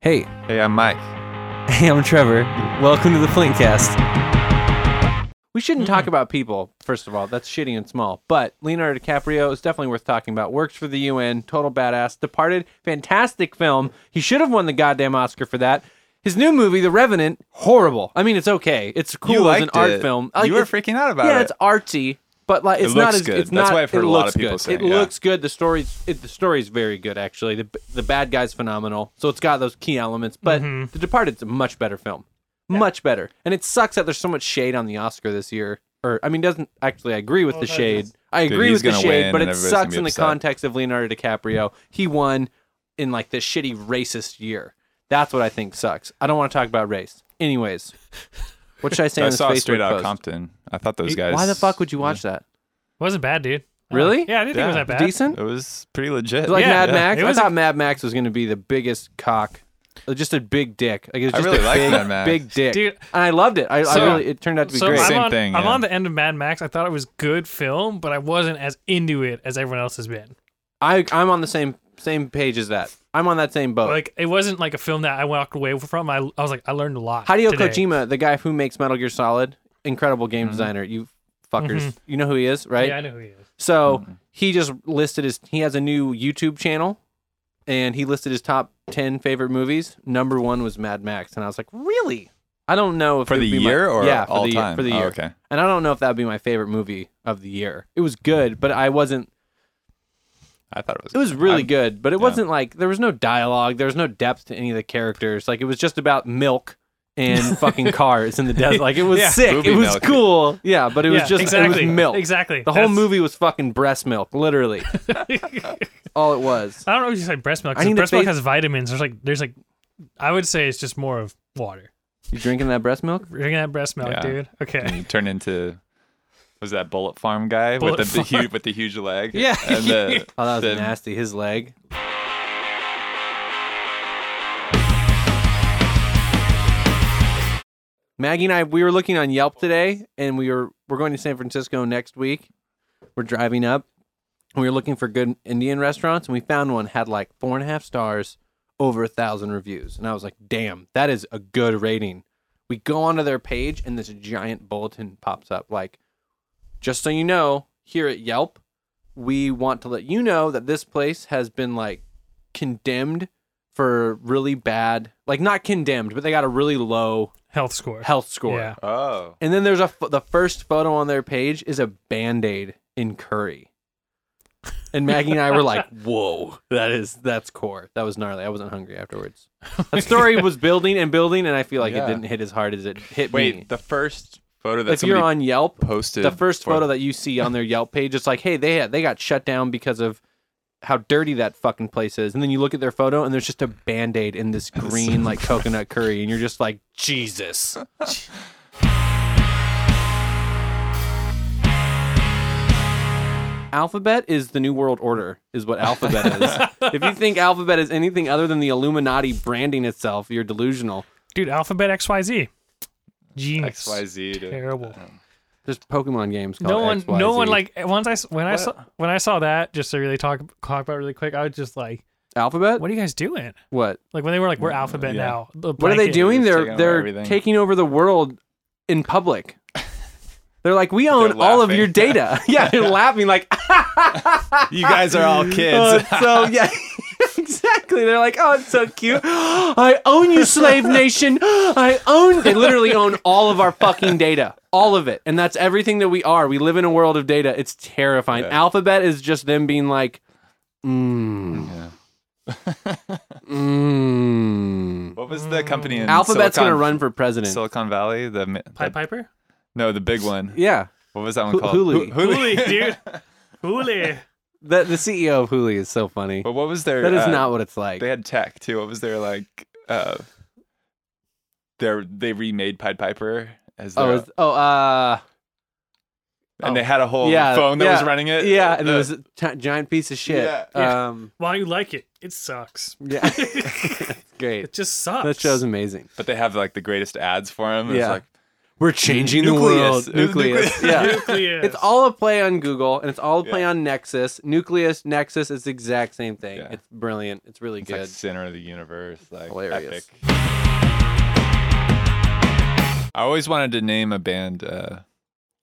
Hey, Hey, I'm Mike. hey, I'm Trevor. Welcome to the Flintcast. We shouldn't talk about people, first of all. That's shitty and small. But Leonardo DiCaprio is definitely worth talking about. Works for the UN, total badass. Departed, fantastic film. He should have won the goddamn Oscar for that. His new movie, The Revenant, horrible. I mean, it's okay. It's cool as an art film. Like, you were it's- freaking out about yeah, it. it's artsy, but like it's not looks as good. it's That's not. what I've heard it a lot of looks people good. saying, it yeah. looks good. The story's it, the story's very good actually. The the bad guy's phenomenal, so it's got those key elements. But The Departed's a much better film, much better. And it sucks that there's so much shade on the Oscar this year. Or I mean, doesn't actually I agree with the shade. I Dude, agree he's with the gonna shade, win but and it everybody's gonna sucks be in the upset. context of Leonardo DiCaprio. He won in like this shitty racist year. That's what I think sucks. I don't want to talk about race. Anyways, what should I say I on this saw Facebook Straight Out post? Compton. I thought those guys. Why the fuck would you watch that? wasn't bad, dude. Uh, Really? yeah, I didn't think it was Yeah. that bad. Decent? It was pretty legit. It's like Yeah, Mad yeah. Max. It I was a- thought Mad Max was going to be the biggest cock, Uh, just a big dick. Like it was I just really a liked big, Mad Max. big dick. Dude. and I loved it. I, I So- really, it turned out to be So great. I'm, Same on, thing, I'm yeah. on the end of Mad Max. I thought it was good film, but I wasn't as into it as everyone else has been. I, I'm on the same same page as that. I'm on that same boat. Like it wasn't like a film that I walked away from. I, I was like, I learned a lot. Hideo today. Mm-hmm. Kojima, the guy who makes Metal Gear Solid, incredible game designer. You fuckers, you know who he is, right? Yeah, I know who he is. So Mm-hmm. he just listed his. He has a new YouTube channel, and he listed his top ten favorite movies. Number one was Mad Max, and I was like, really? I don't know if For it would the be my- year or yeah, for all the year- time? for the Oh, year. okay. And I don't know if that would be my favorite movie of the year. It was good, but I wasn't. I thought it was. It was really I'm- good, but it wasn't like there was no dialogue. There was no depth to any of the characters. Like it was just about milk. And fucking cars in the desert. Like it was Yeah. sick. Booby It was milk. cool. Yeah, but it was Yeah, just exactly. it was milk. Exactly. The whole That's- movie was fucking breast milk, literally. All it was. I don't know if you say breast milk. I need 'cause to Breast milk face- has vitamins. There's like there's like, I would say it's just more of water. You drinking that breast milk? Drinking that breast milk, Yeah. dude. And Okay. Mm. you turn into. Was that Bullet Farm guy Bullet with the, Farm. huge with the huge leg? Yeah. And the, Oh, that was the- nasty. His leg. Maggie and I, we were looking on Yelp today, and we were we're going to San Francisco next week. We're driving up, and we were looking for good Indian restaurants, and we found one had like four and a half stars, over a thousand reviews, and I was like, "Damn, that is a good rating." We go onto their page, and this giant bulletin pops up, like, "Just so you know, here at Yelp, we want to let you know that this place has been like condemned for really bad, like not condemned, but they got a really low Health score. health score. Yeah. Oh. And then there's a ph- the first photo on their page is a band aid in curry. And Maggie and I were like, "Whoa, that is that's core. That was gnarly. I wasn't hungry afterwards. That story was building and building, and I feel like Yeah. it didn't hit as hard as it hit Wait, me. the first photo that If you're somebody on Yelp, posted. the first for- photo that you see on their Yelp page, it's like, hey, they had, they got shut down because of how dirty that fucking place is. And then you look at their photo, and there's just a band aid in this green like coconut curry, and you're just like, Jesus. Alphabet is the New World Order, is what Alphabet is. if you think Alphabet is anything other than the Illuminati branding itself, you're delusional. Dude, Alphabet XYZ. Genius. XYZ. dude. Terrible. There's Pokemon games called No one, XYZ. no one like once I s- when I saw when I saw that just to really talk talk about it really quick. I was just like, Alphabet. what are you guys doing? What? Like when they were like, we're Alphabet yeah. now. the What are they blanket. doing? Just taking over They're they're everything. taking over the world in public. They're like, we own They're all of laughing. your data. yeah, they're laughing like, You guys are all oh, kids. it's so yeah, exactly. They're like, oh, it's so cute. I own you, slave nation. I own. They literally own all of our fucking data, all of it, and that's everything that we are. We live in a world of data. It's terrifying. Yeah. Alphabet is just them being like, mm, Yeah. mm. What was the company in Alphabet's Silicon, gonna run for president. Silicon Valley? The, mi- Pied the- Piper. no, the big one. yeah. What was that one Hu- called? Huli. Hu- Huli. Hooli, dude. Hooli. The, the CEO of Huli is so funny. But what was their? That is uh, not what it's like. They had tech too. What was their like? Uh, their they remade Pied Piper as their, Oh, is, oh, uh, and oh. they had a whole Yeah, phone that was yeah, running it. yeah, and Uh, it was a t- giant piece of shit. Yeah. Yeah. Um, Why you like it? It sucks. yeah, it great. just sucks. That show's amazing. but they have like the greatest ads for him. It was Yeah. like We're changing Nucleus. the world. It was nucleus. Nucleus. Yeah. Nucleus. It's all a play on Google and it's all a play Yeah. on Nexus. Nucleus, Nexus, it's the exact same thing. Yeah. It's brilliant. It's really It's good. like center of the universe, like Hilarious. epic. I always wanted to name a band uh,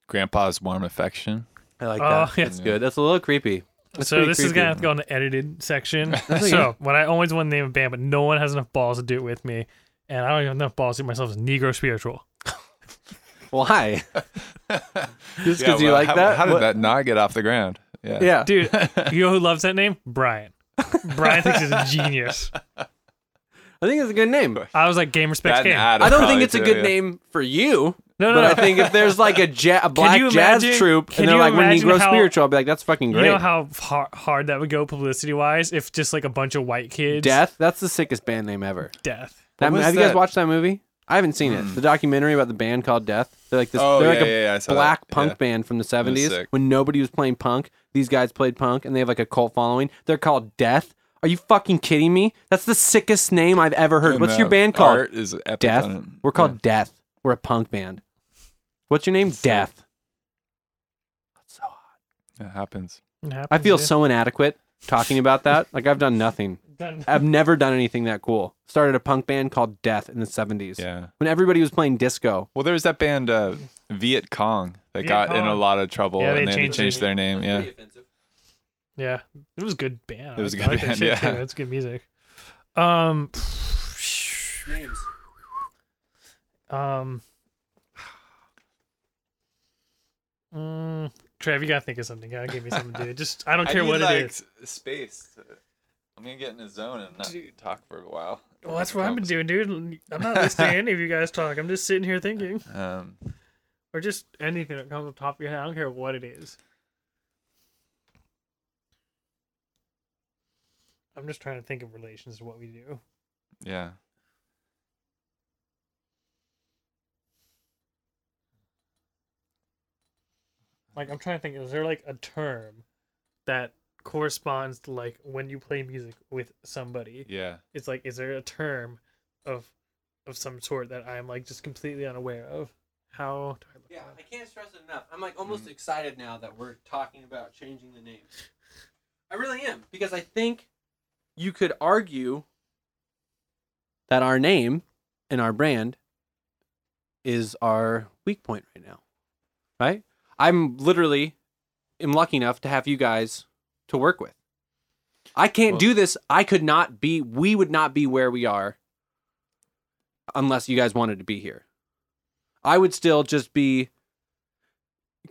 Grandpa's Warm Affection. I like Oh, that. yeah. That's good. That's a little creepy. That's so pretty this is creepy. gonna have to go in the edited section. okay. so when I always want to name a band, but no one has enough balls to do it with me, and I don't even have enough balls to do it myself as Negro spiritual. Why? Just because Yeah, you well, like how, that? How did What- that not get off the ground? Yeah. Yeah. Dude, you know who loves that name? Brian. Brian thinks he's a genius. I think it's a good name. I was like, game respects That and game. Adam I don't think probably it's a too, good yeah. name for you. no, no, But no. I think if there's like a, ja- a black you imagine- jazz troupe can and they're you like, we're imagine Negro how- spiritual, I'll be like, that's fucking you great. know how har- hard that would go publicity wise if just like a bunch of white kids. Death? That's the sickest band name ever. Death. That, was have you guys that? watched that movie? I haven't seen it. The documentary about the band called Death. They're like this. Hmm. Oh, they're yeah, like a yeah, yeah, I saw black that. punk Yeah. band from the '70s sick. when nobody was playing punk. These guys played punk, and they have like a cult following. They're called Death. Are you fucking kidding me? That's the sickest name I've ever heard. And What's the your band called? Art is epic Death. on it. We're called Death. We're a punk band. What's your name? Death. Yeah, It happens. It I happens, feel dude. so inadequate talking about that. Like I've done nothing. Done. I've never done anything that cool. Started a punk band called Death in the '70s Yeah. when everybody was playing disco. Well, there was that band uh, Viet Cong that Viet got in a Cong. lot of trouble, Yeah, they and they had changed to change it. their name. Yeah. Yeah, it was a good band. It was a I good like that band, shit, yeah. too. that's good music. Um, um, mm, Trav, you gotta think of something. Gotta give me something, dude. Just I don't care what it is. Space. I'm gonna get in a zone and not talk for a while. Well, that's what I've been doing, dude. I'm not listening to any of you guys talk. I'm just sitting here thinking, Um, or just anything that comes on top of your head. I don't care what it is. I'm just trying to think of relations to what we do. yeah. like I'm trying to think, is there like a term that corresponds to like when you play music with somebody? Yeah. It's like is there a term of of some sort that I'm like just completely unaware of? How do I look Yeah, that I up? can't stress it enough. I'm like almost excited now that we're talking about changing the name. I really am because I think you could argue that our name and our brand is our weak point right now. Right? I'm literally am lucky enough to have you guys to work with. I can't Well- do this. I could not be we would not be where we are unless you guys wanted to be here. I would still just be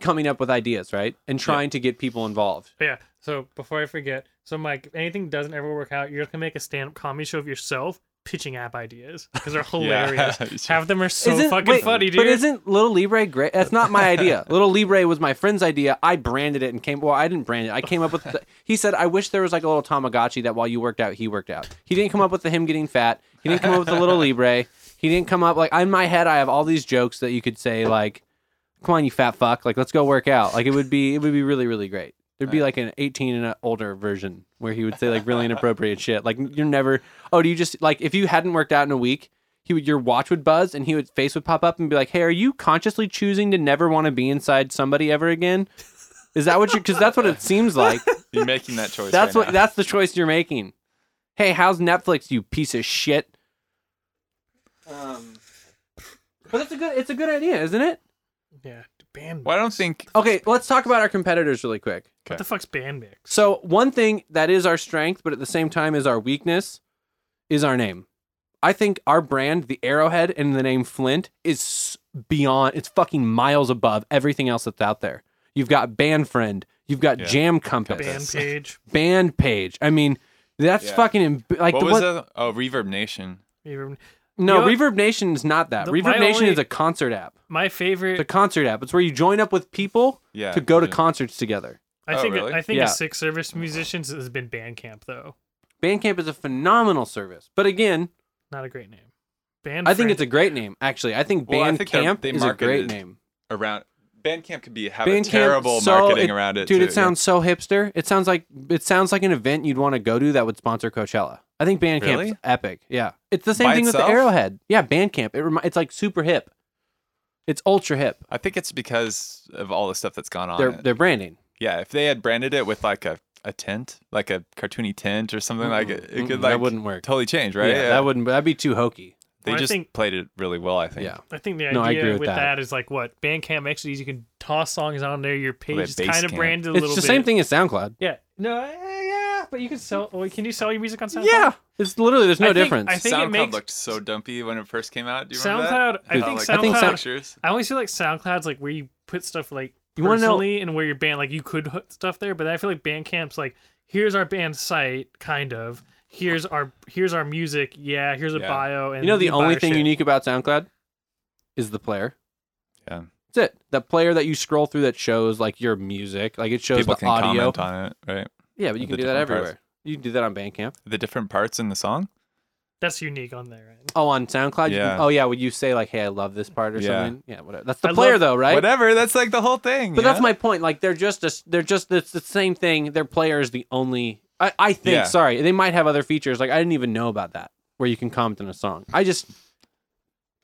coming up with ideas, right? And trying to get people involved. But yeah. So before I forget, so Mike, if anything doesn't ever work out, you're just gonna make a stand up comedy show of yourself pitching app ideas because they're hilarious. Half of them are so Isn't- fucking wait, funny, dude. But isn't Little Libre great? That's not my idea. Little Libre was my friend's idea. I branded it and came. Well, I didn't brand it. I came up with. The, he said, "I wish there was like a little Tamagotchi that while you worked out, he worked out." He didn't come up with the him getting fat. He didn't come up with the Little Libre. He didn't come up like in my head. I have all these jokes that you could say like, "Come on, you fat fuck! Like, let's go work out." Like it would be. It would be really, really great. There'd be like an 18 and an older version where he would say like really inappropriate shit. Like you're never. Oh, do you just like if you hadn't worked out in a week, he would your watch would buzz and he would face would pop up and be like, "Hey, are you consciously choosing to never want to be inside somebody ever again?" Is that what you? Because that's what it seems like. You're making that choice. That's right what. now. That's the choice you're making. Hey, how's Netflix? You piece of shit. Um, but that's a good. It's a good idea, isn't it? yeah, band. Well, I don't think. Okay, let's talk about our competitors really quick. What the fuck's band mix? So one thing that is our strength, but at the same time is our weakness, is our name. I think our brand, the Arrowhead, and the name Flint is beyond. It's fucking miles above everything else that's out there. You've got Band Friend. You've got Yeah. Jam Compass. Band page, Band Page. I mean, that's Yeah. fucking im- like what the was one. that? Oh, Reverb Nation. even- No, You Reverb Nation is not that. The- my Reverb Nation only- is a concert app. my favorite. It's a concert app. It's where you join up with people Yeah. to go to yeah. concerts together. I Oh, think really? I think Yeah. a six service musicians has been Bandcamp though. Bandcamp is a phenomenal service, but again, Not a great name. Band. I think it's a great name, actually. I think Well, I Bandcamp think they're- they is a great marketed name. around. Bandcamp could be have a Bandcamp, terrible so- marketing it- around it, dude. too, it sounds so hipster. It sounds like it sounds like an event you'd want to go to that would sponsor Coachella. I think Bandcamp's Really? epic. Yeah, it's the same By thing with itself? the Arrowhead. Yeah, Bandcamp. It remi- it's like super hip. It's ultra hip. I think it's because of all the stuff that's gone on. Their it. their branding. yeah, if they had branded it with like a, a tint, like a cartoony tint or something like it, it could Mm-mm, like that wouldn't work. totally change, right? Yeah, that wouldn't. That'd be too hokey. they Well, I just think- played it really well, I think. Yeah. I think the idea No, I agree with, with that. that is like what Bandcamp makes it easy. You can toss songs on there. Your page bit is kind of Basecamp. branded a It's the little bit. same thing as SoundCloud. Yeah. No. eh, Yeah. But you can sell. Well, can you sell your music on SoundCloud? Yeah, it's literally there's no I think- difference. I think it SoundCloud makes- looked so dumpy when it first came out. Do you remember SoundCloud. that? I Dude, think like, SoundCloud. I think Sound- pictures. I always feel like SoundCloud's like where you put stuff like You wanna know- personally and where your band like you could put stuff there, but I feel like Bandcamp's like here's our band site, kind of. Here's our here's our music. Yeah, here's a Yeah. bio. And you know the buy only our thing shit. unique about SoundCloud is the player. Yeah. That's it. The player that you scroll through that shows like your music, like it shows People the can audio. comment on it, right? yeah, but you the can do that different parts. everywhere. You can do that on Bandcamp. The different parts in the song. That's unique on there. Oh, on SoundCloud. You can, Yeah. oh yeah, would you say like, "Hey, I love this part" or Yeah. something? Yeah, whatever. That's the I player love- though, right? Whatever. That's like the whole thing. But yeah? that's my point. Like they're just a, they're just it's the same thing. Their player is the only. I, I think. Yeah. Sorry, they might have other features. Like I didn't even know about that, where you can comment on a song. I just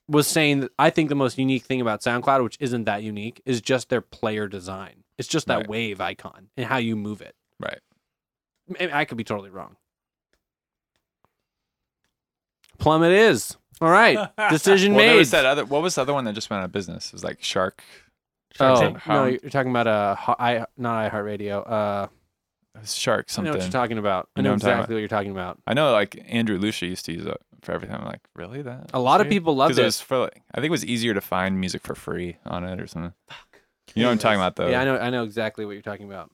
was saying that I think the most unique thing about SoundCloud, which isn't that unique, is just their player design. It's just that Right. wave icon and how you move it. Right. I- I could be totally wrong. Plum, it is. All right, decision Well, made. there was that other. What was the other one that just went out of business? It was like Shark. Shark Oh Tank. no, Hound. you're talking about uh, Ho- I not iHeartRadio. Uh, it was Shark I something. know what you're talking about. I You know know what I'm talking exactly what you're talking about. I know like Andrew Lucia used to use it for everything. I'm like, really that? A lot of serious? people loved Because it. it was for like, I think it was easier to find music for free on it or something. You know what I'm talking about though. yeah, I know. I know exactly what you're talking about.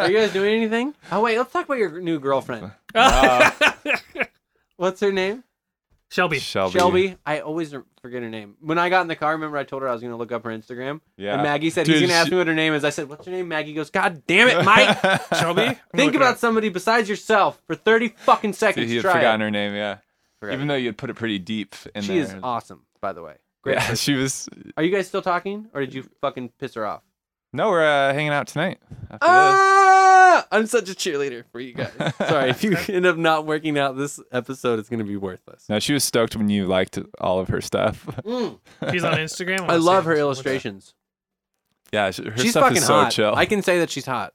Are you guys doing anything? Oh wait, let's talk about your new girlfriend. Uh, Right? What's her name? Shelby. Shelby. Shelby. I always forget her name. When I got in the car, remember I told her I was going to look up her Instagram. And Yeah. Maggie said he's Dude, going to ask she- me what her name is. I said, "What's your name?" Maggie goes, "God damn it, Mike! Shelby. I'm gonna look Think it about up. somebody besides yourself for thirty fucking seconds. Dude, he had Try it." forgotten her name. Yeah. Forgot Even though you had put it pretty deep in she there. is awesome, by the way. Great. yeah, person. she was. Are you guys still talking, or did you fucking piss her off? No, we're uh, hanging out tonight. After Ah! I'm such a cheerleader for you guys. Sorry, if you end up not working out, this episode is going to be worthless. this. No, she was stoked when you liked all of her stuff. Mm. She's on Instagram. I love her What's- illustrations. yeah, she, her she's stuff fucking is so hot. chill. I can say that she's hot.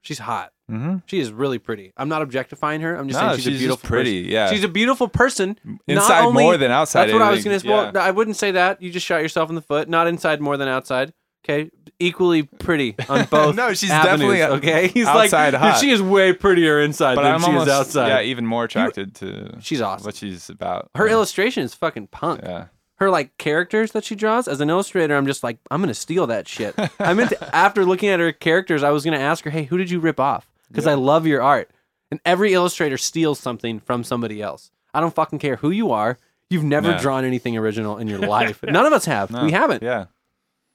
She's hot. mm-hmm. She is really pretty. I'm not objectifying her. I'm just No, saying she's, she's a just beautiful pretty, person. yeah. She's a beautiful person. Inside not only, more than outside. That's what I was going think. to well, Yeah. no, I wouldn't say that. You just shot yourself in the foot. Not inside more than outside. Okay? Equally pretty on both. No, she's avenues, definitely a- okay. He's outside like hot. she is way prettier inside but than I'm she almost is outside. yeah even more attracted to She's awesome. what she's about. Her Yeah. illustration is fucking punk. Yeah. Her like characters that she draws as an illustrator, I'm just like, I'm gonna steal that shit. I meant to, after looking at her characters, I was gonna ask her, hey, who did you rip off? Because I love your art. And every illustrator steals something from somebody else. I don't fucking care who you are. You've never No. drawn anything original in your life. None of us have. No. We haven't. Yeah.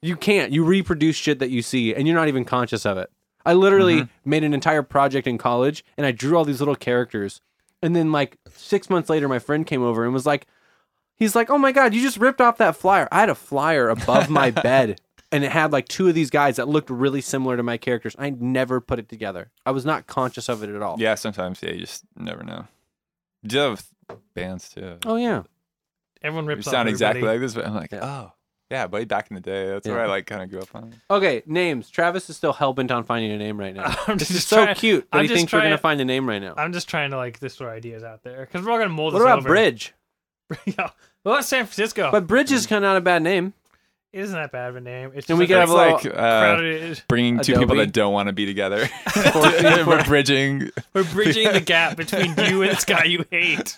You can't. You reproduce shit that you see and you're not even conscious of it. I literally Mm-hmm. made an entire project in college and I drew all these little characters. And then like 6 months later my friend came over and was like he's like, "Oh my god, you just ripped off that flyer. I had a flyer above my bed and it had like two of these guys that looked really similar to my characters. I never put it together. I was not conscious of it at all." Yeah. Sometimes yeah, you just never know. You do that with bands too. Oh yeah. Everyone you rips off sound exactly everybody. like this, but I'm like, Yeah. oh yeah, buddy. Back in the day, that's Yeah. where I like kind of grew up on. Okay, names. Travis is still hellbent on finding a name right now. I'm This is just so trying- cute that I'm he just thinks we're trying- gonna find a name right now. I'm just trying to like this throw ideas out there because we're all gonna mold What this about over. Bridge? yeah. Well, that's San Oh. Francisco. But Bridge Mm. is kind of not a bad name. It isn't that bad of a name. It's Then just we like could a have It's a like little uh, crowded. bringing two people Adobe. that don't want to be together. Forcing- We're bridging. We're bridging the gap between you and this guy you hate.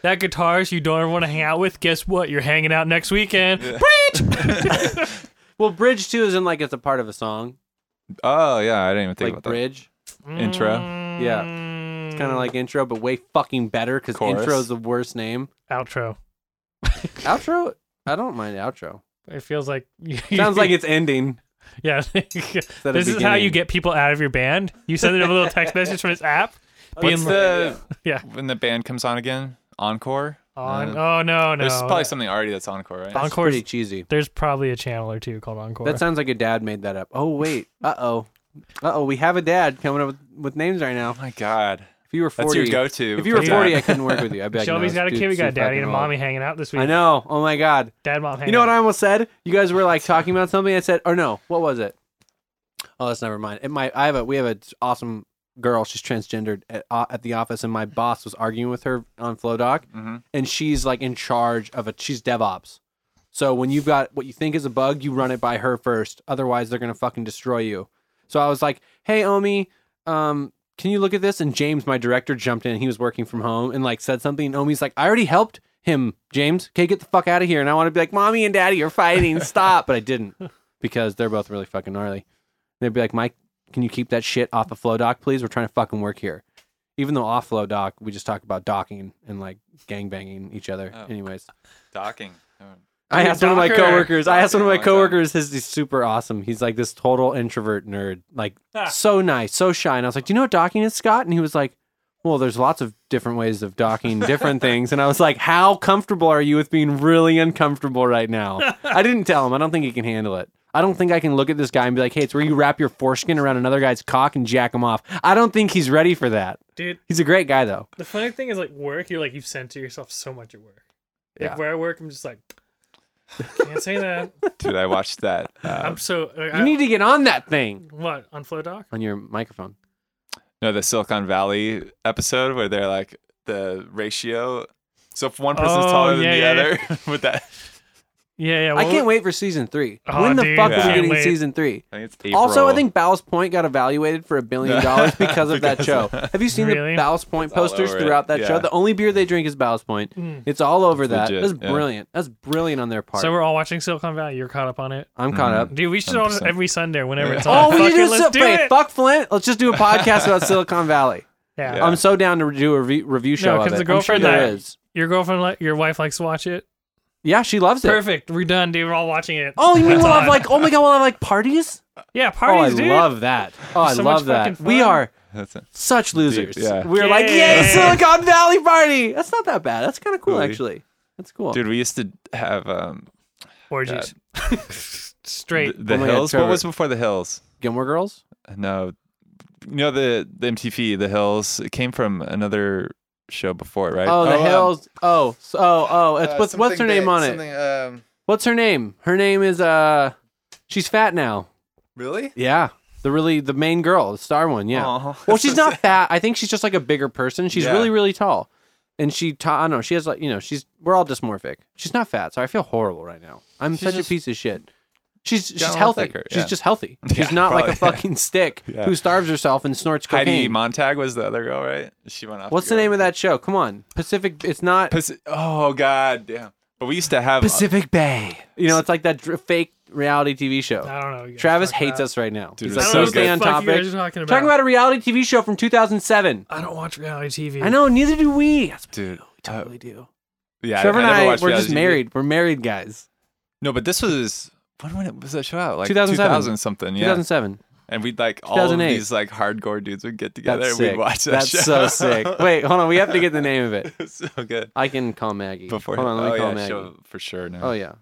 That guitarist you don't ever want to hang out with. Guess what? You're hanging out next weekend. Well, bridge too is in like it's a part of a song, Oh yeah, I didn't even think like about bridge. Intro. Yeah. Mm, It's kind of like intro, but way fucking better because Chorus. intro is the worst name. Mm. outro. outro, I don't mind outro. It feels like Sounds like it's ending. yeah. of this is how you beginning. get people out of your band. You send them a little text message from this app. that. What's the Yeah. when the band comes on again? Encore. On, Uh, oh no, no. There's probably something already that's encore, right? That's Encore's- pretty cheesy. There's probably a channel or two called Encore. That sounds like a dad made that up. Oh wait, uh oh, uh oh, we have a dad coming up with, with names right now. Oh my god. I If you were That's your forty, go-to. if you were for forty, dad. I couldn't work with you. I'd be like, Shelby's no, got a this kid. We dude's got too daddy fucking and old. mommy hanging out this week. I know. Oh my god. Dad, mom hanging. You know what out. I almost said? You guys were like talking about something. I said, or no, what was it? Oh, that's never mind. It might. I have a. We have an awesome girl. She's transgendered at uh, at the office, and my boss was arguing with her on FlowDoc, Mhm. and she's like in charge of a. She's DevOps. So when you've got what you think is a bug, you run it by her first. Otherwise, they're gonna fucking destroy you. So I was like, hey, Omi, um, can you look at this? And James, my director, jumped in. He was working from home and like said something. And Omi's like, I already helped him, James. Okay, get the fuck out of here. And I want to be like, Mommy and Daddy are fighting. Stop. But I didn't because they're both really fucking gnarly. They'd be like, Mike, can you keep that shit off of Flow Doc, please? We're trying to fucking work here. Even though off Flow Doc, we just talk about docking and like gangbanging each other. Oh. Anyways. Docking. Oh. I You're a asked one of my docker. coworkers. I asked one of my Docking all the time. coworkers. His he's super awesome. He's like this total introvert nerd, like Ah. so nice, so shy. And I was like, "Do you know what docking is, Scott?" And he was like, "Well, there's lots of different ways of docking different things." And I was like, "How comfortable are you with being really uncomfortable right now?" I didn't tell him. I don't think he can handle it. I don't think I can look at this guy and be like, "Hey, it's where you wrap your foreskin around another guy's cock and jack him off." I don't think he's ready for that. dude. He's a great guy though. The funny thing is, like work, you're like you've center yourself so much at work. Like Yeah. where I work, I'm just like, can't say that. Dude, I watched that. Uh, I'm so. Like, You need to get on that thing what on Flow Doc? on your microphone. no, the Silicon Valley episode where they're like the ratio. So if one person's Oh, taller yeah, than yeah, the other, with that, Yeah, yeah. I can't wait for season three. Oh, when the dude, fuck I are we can't getting wait. season three? I think it's April. Also, I think Ballast Point got evaluated for a billion dollars because of that Because- show. Have you seen Really? the Ballast Point It's all posters over it, throughout that show? yeah. The only beer they drink is Ballast Point. Mm. It's all over It's that. legit, That's yeah. brilliant. That's brilliant on their part. So we're all watching Silicon Valley. You're caught up on it, I'm Mm. caught up. dude. We should all just 100%. every Sunday whenever it's on. Oh, we fuck should it, do let's something. do it. Fuck Flint. Let's just do a podcast about Silicon Valley. Yeah. Yeah. I'm so down to do a re- review show of 'cause it. the girlfriend I'm sure there that- is. Your girlfriend, li- your wife likes to watch it. Yeah, she loves it. Perfect. We're done, dude. We're all watching it. Oh, you mean It's we'll have on. like? Oh my god, we'll have like parties. yeah, parties, oh, I dude. love that. Oh, I So much love that. fucking We fun. are That's it. such losers. yeah. We were like, yay, Yeah. Silicon Valley party. That's not that bad. That's kind of cool, Really? actually. That's cool. Dude, we used to have um, Orgies. the, Straight. the Oh my God, Hills. Trevor. what was before the Hills? Gilmore Girls? No, you know the the MTV, the Hills. It came from another show before, it, right? Oh, The um, Hills. oh, so, oh, oh. Uh, It's, what's, what's her name on it? Um, What's her name? Her name is, uh, she's fat now. really? Yeah. The really, the main girl, the star one. Yeah. Well, she's not fat. I think she's just like a bigger person. She's Yeah. really, really tall. And she, ta- I don't know, she has like, you know, she's, we're all dysmorphic. She's not fat. So I feel horrible right now. I'm She's such a just- piece of shit. She's, she's General healthy. thicker, She's yeah. just healthy. She's Yeah, not like a probably. fucking stick Yeah. who starves herself and snorts cocaine. Heidi Montag was the other girl, right? She went off. to What's the go- name of that show? Come on, Pacific. It's not Paci- oh God, damn. But we used to have uh, Pacific Bay. You know, it's like that dr- fake reality TV show. I don't know. you guys Travis talk hates about- us right now. Dude, He's it was like, so "Let's stay good." on Fuck you topic. guys are talking about. Talking about a reality TV show from 2007. I don't watch reality TV. I know, neither do we. That's what dude. uh, we totally do. Yeah, Trevor and never I, watched we're just reality TV. married. We're married guys. No, but this was when, when it was that show out? Like 2007. 2000 something. Yeah, 2007. and we'd like all of 2008. these like hardcore dudes would get together That's and we'd sick. watch that That's show. so sick. Wait, hold on. We have to get the name of it. It was so good. I can call Maggie. Before hold on, let me oh, call yeah, Maggie. show for sure now. Oh yeah.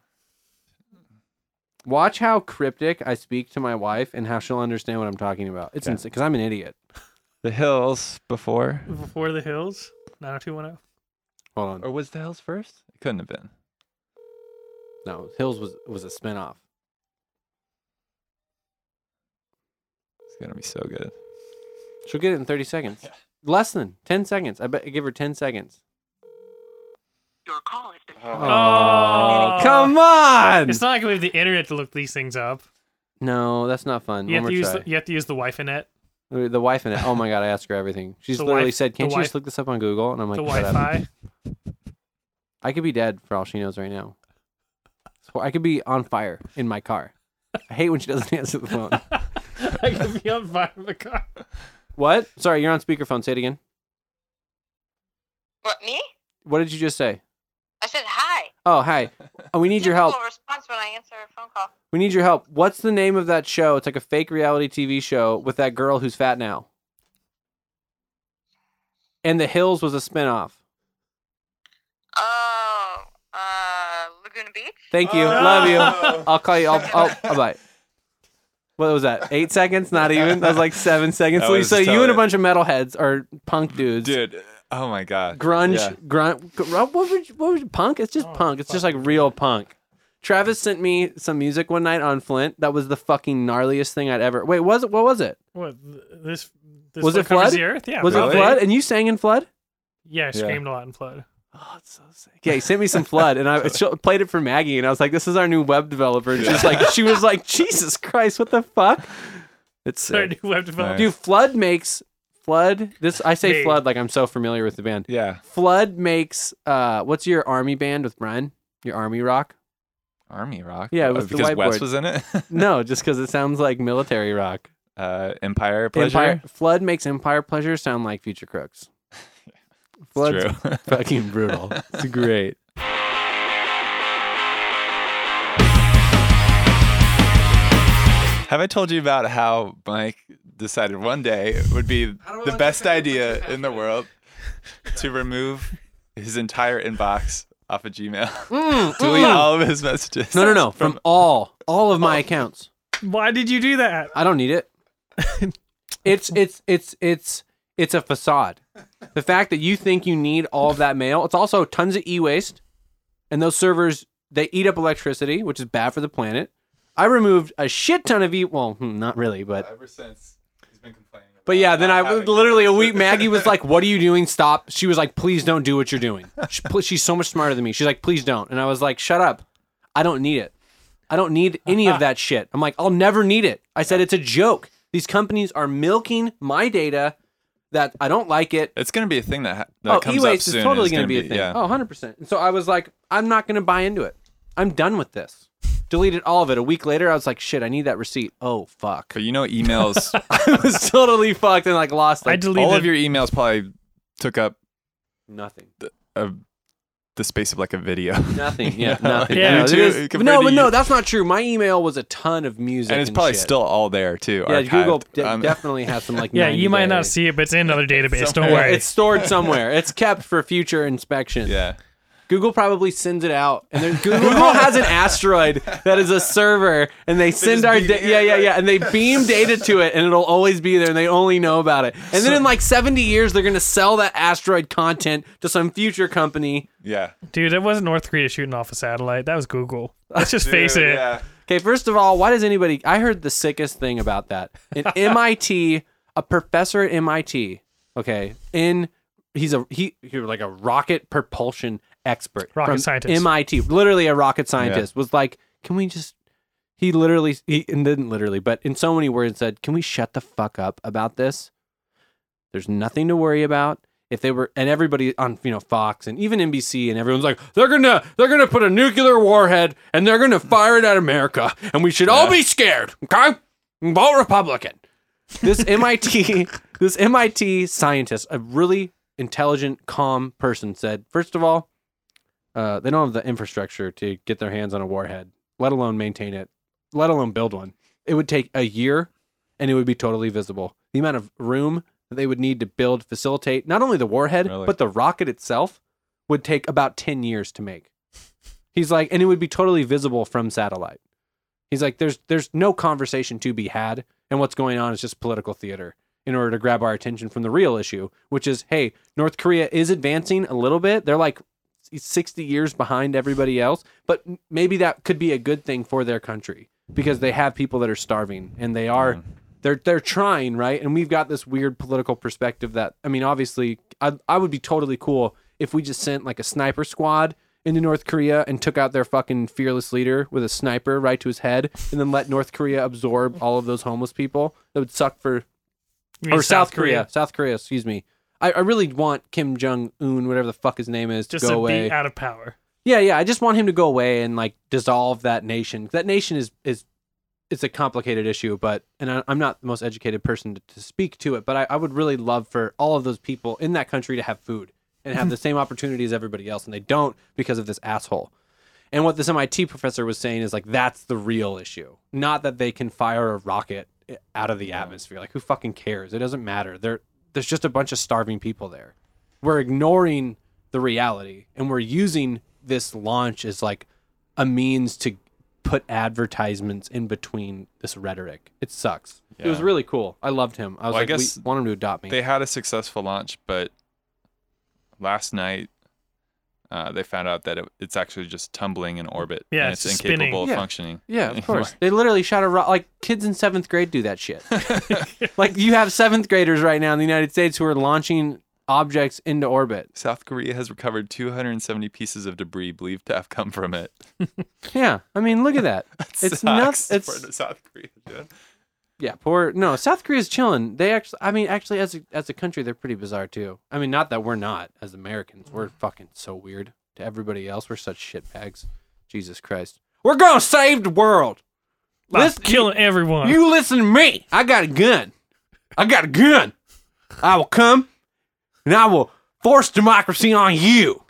Watch how cryptic I speak to my wife and how she'll understand what I'm talking about. It's Okay. insane because I'm an idiot. The Hills before, Before the Hills, 90210. Hold on. or was The Hills first? It couldn't have been. No, Hills was was a spinoff. It's gonna be so good. She'll get it in 30 seconds. Less than 10 seconds. I bet give her 10 seconds. Your call has been Oh, Aw. come on. Oh. It's not like we have the internet to look these things up. No, that's not fun. One You have more to use try. the, you have to use the wife net, The, wife in it. Oh my god, I asked her everything. She's The literally wife- said, "Can't the you just wife- look this up on Google?" And I'm like, the "Shut up." Wi-Fi. I could be dead for all she knows right now. So I could be on fire in my car. I hate when she doesn't answer the phone. I could be on fire in the car. What? Sorry, you're on speakerphone. Say it again. What me? What did you just say? I said hi. Oh, hi. Oh, we need your help. Typical response when I answer a phone call. We need your help. What's the name of that show? It's like a fake reality TV show with that girl who's fat now. And The Hills was a spinoff. Oh, uh, Laguna Beach. Oh. Thank you. Love you. I'll call you. I'll, I'll, bye. what was that? Eight seconds? Not even. That was like seven seconds. I was so just you and a telling bunch of metalheads or punk dudes, dude. Oh my god, grunge, Yeah. grunt. gr- What would you, what would you, punk? It's just Oh, punk. It's just fuck. like real punk. Travis sent me some music one night on Flint. That was the fucking gnarliest thing I'd ever. Wait, was it? What was it? What th- this? this Was one it covers Flood? The earth? Yeah. was it Really? probably. Flood? And you sang in Flood? Yeah, I Yeah. screamed a lot in flood. Oh, it's so sick. Yeah, he sent me some flood, and I she played it for Maggie, and I was like, "This is our new web developer." And she's like, "She was like, Jesus Christ, what the fuck?" It's Sorry, sick. new web development. dude. Flood makes flood. This I say Hey. flood like I'm so familiar with the band. yeah, Flood makes uh, what's your army band with Brian? Your army rock? army rock. Yeah, Oh, with the because Wes whiteboard. was in it. No, just because it sounds like military rock. uh, Empire pleasure. Empire flood makes Empire Pleasure sound like Future Crooks. Flood's It's true. fucking brutal. It's great. Have I told you about how Mike decided one day would be the best idea in the world to remove his entire inbox off of Gmail, delete all of his messages? Mm. No, no, no. From all all of my accounts. Why did you do that? I don't need it. it's it's it's it's it's a facade. The fact that you think you need all of that mail, it's also tons of e-waste, and those servers they eat up electricity, which is bad for the planet. I removed a shit ton of e. Well, hmm, not really, but Ever since he's been complaining. but yeah. Then I literally a week. Maggie was like, "What are you doing? Stop!" She was like, "Please don't do what you're doing." She, pl- she's so much smarter than me. She's like, "Please don't," and I was like, "Shut up! I don't need it. I don't need any of that shit. I'm like, I'll never need it. I said it's a joke. These companies are milking my data that I don't like it. It's gonna be a thing that, ha- that oh, comes up e-waste soon. is totally It's going to be a thing. Yeah. Oh, 100%. And so I was like, I'm not going to buy into it. I'm done with this. Deleted all of it. A week later, I was like, shit, I need that receipt. Oh, fuck. But you know, emails. I was totally fucked and like lost I like, deleted all of your emails probably took up nothing. a, the space of like a video. Nothing. Yeah, Yeah, nothing. yeah, no, you it too, is- compared no, to but no, you. that's not true. My email was a ton of music. and it's probably shit. still all there too. Yeah, archived. Google de- Um, definitely has some like. Yeah, 90 you might not day- see it, but it's in another database. Don't somewhere. Yeah, worry. it's stored somewhere. It's kept for future inspection. yeah. Google probably sends it out, and there's- Google, Google has an asteroid that is a server, and they send our beam da- it, yeah, yeah, right? yeah, and they beam data to it, and it'll always be there, and they only know about it. And then in like 70 years, they're gonna sell that asteroid content to some future company. Yeah. Dude, it wasn't North Korea shooting off a satellite. That was Google. Let's just face Dude, it. Yeah. Okay, first of all, why does anybody? I heard the sickest thing about that. An MIT, a professor at MIT. Okay, in he's a he he's like a rocket propulsion expert, Rocket from scientist. MIT, literally a rocket scientist. Was like, can we just? He literally, he and didn't literally, but in so many words, said, "Can we shut the fuck up about this? There's nothing to worry about." If they were, and everybody on you know Fox and even NBC and everyone's like, they're gonna they're gonna put a nuclear warhead and they're gonna fire it at America, and we should all be scared. Okay, vote Republican. This MIT this MIT scientist, a really intelligent, calm person, said, first of all, uh, they don't have the infrastructure to get their hands on a warhead, let alone maintain it, let alone build one. It would take a year and it would be totally visible. The amount of room that they would need to build, facilitate not only the warhead, Really? but the rocket itself would take about 10 years to make. He's like, and it would be totally visible from satellite. He's like, there's there's no conversation to be had, and what's going on is just political theater in order to grab our attention from the real issue, which is, hey, North Korea is advancing a little bit. They're like 60 years behind everybody else, but m- maybe that could be a good thing for their country because they have people that are starving and they are Mm. they're they're trying, right? And we've got this weird political perspective that I mean, obviously, I I would be totally cool if we just sent like a sniper squad into North Korea and took out their fucking fearless leader with a sniper right to his head and then let North Korea absorb all of those homeless people. That would suck for You mean or South Korea. South Korea, excuse me. I, I really want Kim Jong Un, whatever the fuck his name is, to Just go to away. be out of power. Yeah, yeah. I just want him to go away and like dissolve that nation. That nation is is it's a complicated issue, but and I, I'm not the most educated person to, to speak to it, but I, I would really love for all of those people in that country to have food and have the same opportunity as everybody else, and they don't because of this asshole. And what this MIT professor was saying is like that's the real issue, not that they can fire a rocket out of the atmosphere. Like who fucking cares? It doesn't matter. There, there's just a bunch of starving people there. We're ignoring the reality, and we're using this launch as like a means to put advertisements in between this rhetoric. It sucks. It was Yeah. really cool. I loved him. I was Well, I like, guess we want him to adopt me. They had a successful launch, but last night uh, they found out that it, it's actually just tumbling in orbit. Yeah, and it's it's, just incapable spinning. of Yeah. functioning. yeah, of course. They literally shot a rock. Like kids in seventh grade do that shit. like you have seventh graders right now in the United States who are launching objects into orbit. South Korea has recovered 270 pieces of debris believed to have come from it. Yeah, I mean, look at that. it's not. Sucks It's for South Korea. dude. yeah. Poor no. South Korea's chilling. They actually. I mean, actually, as a, as a country, they're pretty bizarre too. I mean, not that we're not as Americans. We're fucking so weird to everybody else. We're such shitbags. Jesus Christ. We're gonna save the world. Let's Listen- killing everyone. You listen to me. I got a gun. I got a gun. I will come and I will force democracy on you.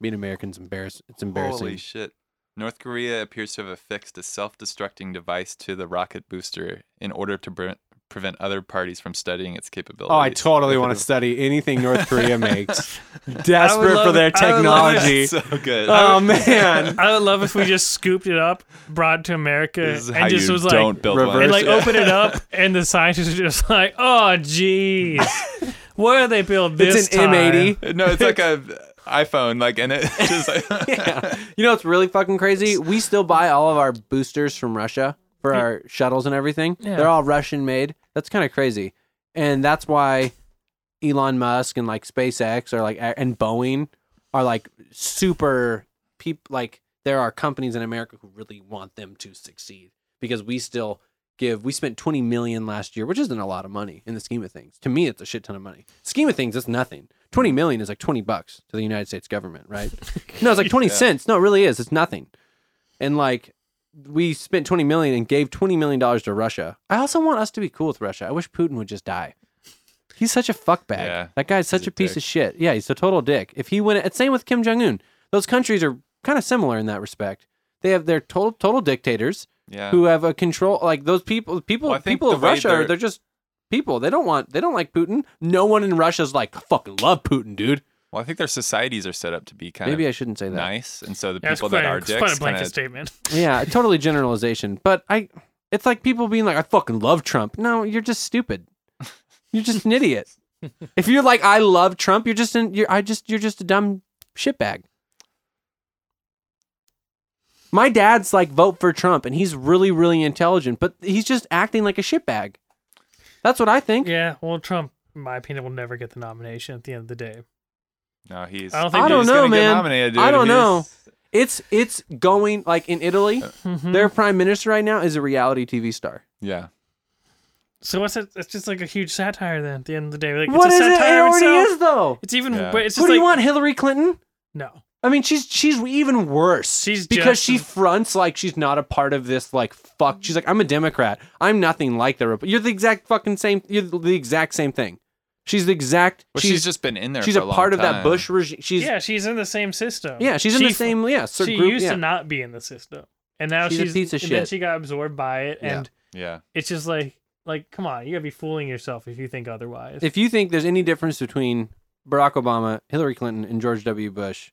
Being American's embarrassing. It's embarrassing. Holy shit. North Korea appears to have affixed a self destructing device to the rocket booster in order to pre- prevent other parties from studying its capabilities. oh, I totally want to study anything North Korea makes. Desperate love for their it. I would love it. technology. So good. Oh man. I would love if we just scooped it up, brought it to America, this is how and just you was like, don't build one. reverse and like Yeah. open it up, and the scientists are just like, "Oh, jeez, where did they build this?" It's an time?" M80. No, it's like a iPhone, like, and it just like, Yeah. You know what's really fucking crazy? We still buy all of our boosters from Russia for our shuttles and everything. Yeah. They're all Russian made. That's kind of crazy. And that's why Elon Musk and like SpaceX are like and Boeing are like super peop like there are companies in America who really want them to succeed because we still give we spent 20 million last year, which isn't a lot of money in the scheme of things. To me it's a shit ton of money. Scheme of things it's nothing. 20 million is like 20 bucks to the United States government, right? No, it's like 20 cents. No, it really is. It's nothing. And like we spent 20 million and gave 20 million dollars to Russia. I also want us to be cool with Russia. I wish Putin would just die. He's such a fuckbag. Yeah. That guy's such He's a, a piece dick. of shit. Yeah, he's a total dick. If he went it's same with Kim Jong Un. Those countries are kind of similar in that respect. They have their total total dictators yeah. who have a control like those people people Well, I think people the of way Russia are they're- they're just people. They don't want they don't like Putin. No one in Russia's like I fucking love Putin, dude. Well, I think their societies are set up to be kind Maybe I of shouldn't say that. nice, and so the Yeah, it's people quite, that are it's quite dicks a blanket kind of statement. yeah, totally generalization. But I, it's like people being like, I fucking love Trump. No, you're just stupid. You're just an idiot. If you're like, I love Trump, you're just an, you're, I just, you're just a dumb shitbag. My dad's like, vote for Trump, and he's really, really intelligent, but he's just acting like a shitbag. That's what I think. Yeah, well, Trump, in my opinion, will never get the nomination at the end of the day. no, he's. I don't think I don't he's know, gonna get man. nominated, dude. I don't He's- know. It's it's going like in Italy, Uh, their prime minister right now is a reality TV star. Yeah, So what's it? It's just like a huge satire. Then at the end of the day, like, what it's is a it? It satire of already itself. is though. It's even. Yeah. But it's What just do you like- want, Hillary Clinton? No, I mean, she's she's even worse. She's because just- she fronts like she's not a part of this. Like fuck, she's like I'm a Democrat. I'm nothing like the Rep- You're the exact fucking same. You're the exact same thing. She's the exact. well, she's, she's just been in there. she's for a long part of that time. Bush regime. She's yeah, yeah, she's in the same system. she's in She the f- same yeah. sir- she group, used yeah. to not be in the system, and now She's she's, a piece of and Then shit. she got absorbed by it, Yeah. and Yeah, it's just like, like, come on, you gotta be fooling yourself if you think otherwise. if you think there's any difference between Barack Obama, Hillary Clinton, and George W. Bush,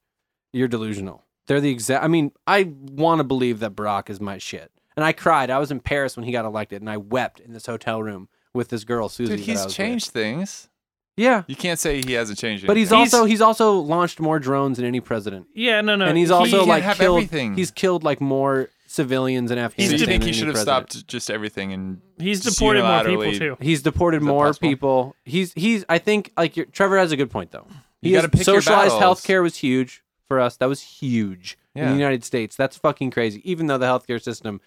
you're delusional. They're the exact. I mean, I want to believe that Barack is my shit, and I cried. I was in Paris when he got elected, and I wept in this hotel room with this girl Susie. dude, that I he's was with. changed things. Yeah, You can't say he hasn't changed. but he's anything. also he's also launched more drones than any president, yeah, no, no, and he's he- also can't like have killed. everything. He's killed like more civilians in So Afghanistan. you think than he should any have president. stopped just everything and he's just deported more people unilaterally- too. He's deported that more possible? people. He's he's. I think like your, Trevor has a good point though. He You has- gotta pick your socialized battles. healthcare was huge for us. That was huge in Yeah. the United States. That's fucking crazy. Even though the healthcare system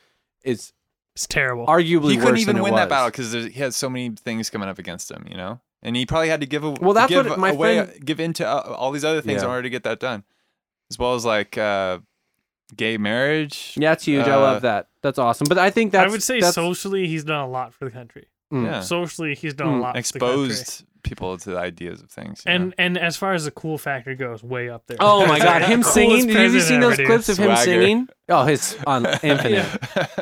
is It's terrible. arguably he couldn't worse even than it win was. that battle because he had so many things coming up against him, you know. And he probably had to give a, Well, that's give what my away, friend- give into uh, all these other things Yeah. in order to get that done, as well as like uh, gay marriage. Yeah, that's huge. I Uh, love that. That's awesome. But I think that's I would say that's, socially, he's done a lot for the country. mm. Yeah. Socially, he's done Mm. a lot. For the country. exposed people to the ideas of things. you And know? and as far as the cool factor goes, way up there. Oh my god, him Coolest singing! Have you president seen ever, those dude. clips of him Swagger. singing? Oh, his on infinite,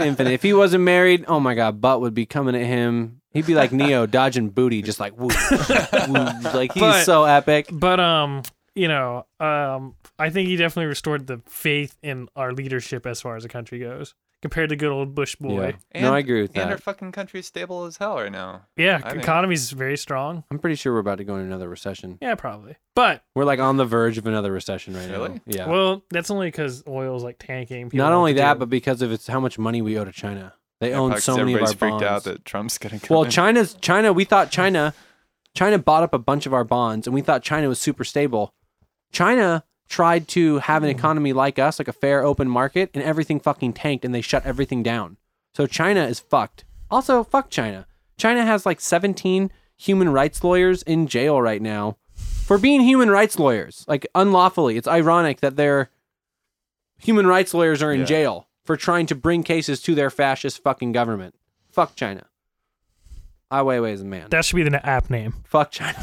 infinite. If he wasn't married, oh my god, butt would be coming at him. He'd be like Neo dodging booty, just like woo, woo. like he's But- so epic. But um, you know, um, I think he definitely restored the faith in our leadership as far as the country goes, compared to good old Bush boy. Yeah. No, I agree with And our that. fucking country's stable as hell right now. Yeah, I think- economy's very strong. I'm pretty sure we're about to go into another recession. Yeah, probably. But We're like on the verge of another recession right now. Really? Yeah. well, that's only because oil's like tanking. people Not don't only have to that, do- but because of it's how much money we owe to China. They Yeah, own probably 'cause so many of everybody's our bonds. freaked out that Trump's gonna come. well, in. China's China. We thought China, China bought up a bunch of our bonds, and we thought China was super stable. China tried to have an economy like us, like a fair open market, and everything fucking tanked, and they shut everything down. So China is fucked. Also, fuck China. China has like 17 human rights lawyers in jail right now for being human rights lawyers, like unlawfully. It's ironic that their human rights lawyers are in Yeah. jail for trying to bring cases to their fascist fucking government. Fuck China. Ai Weiwei is a man. that should be the na- app name. fuck China.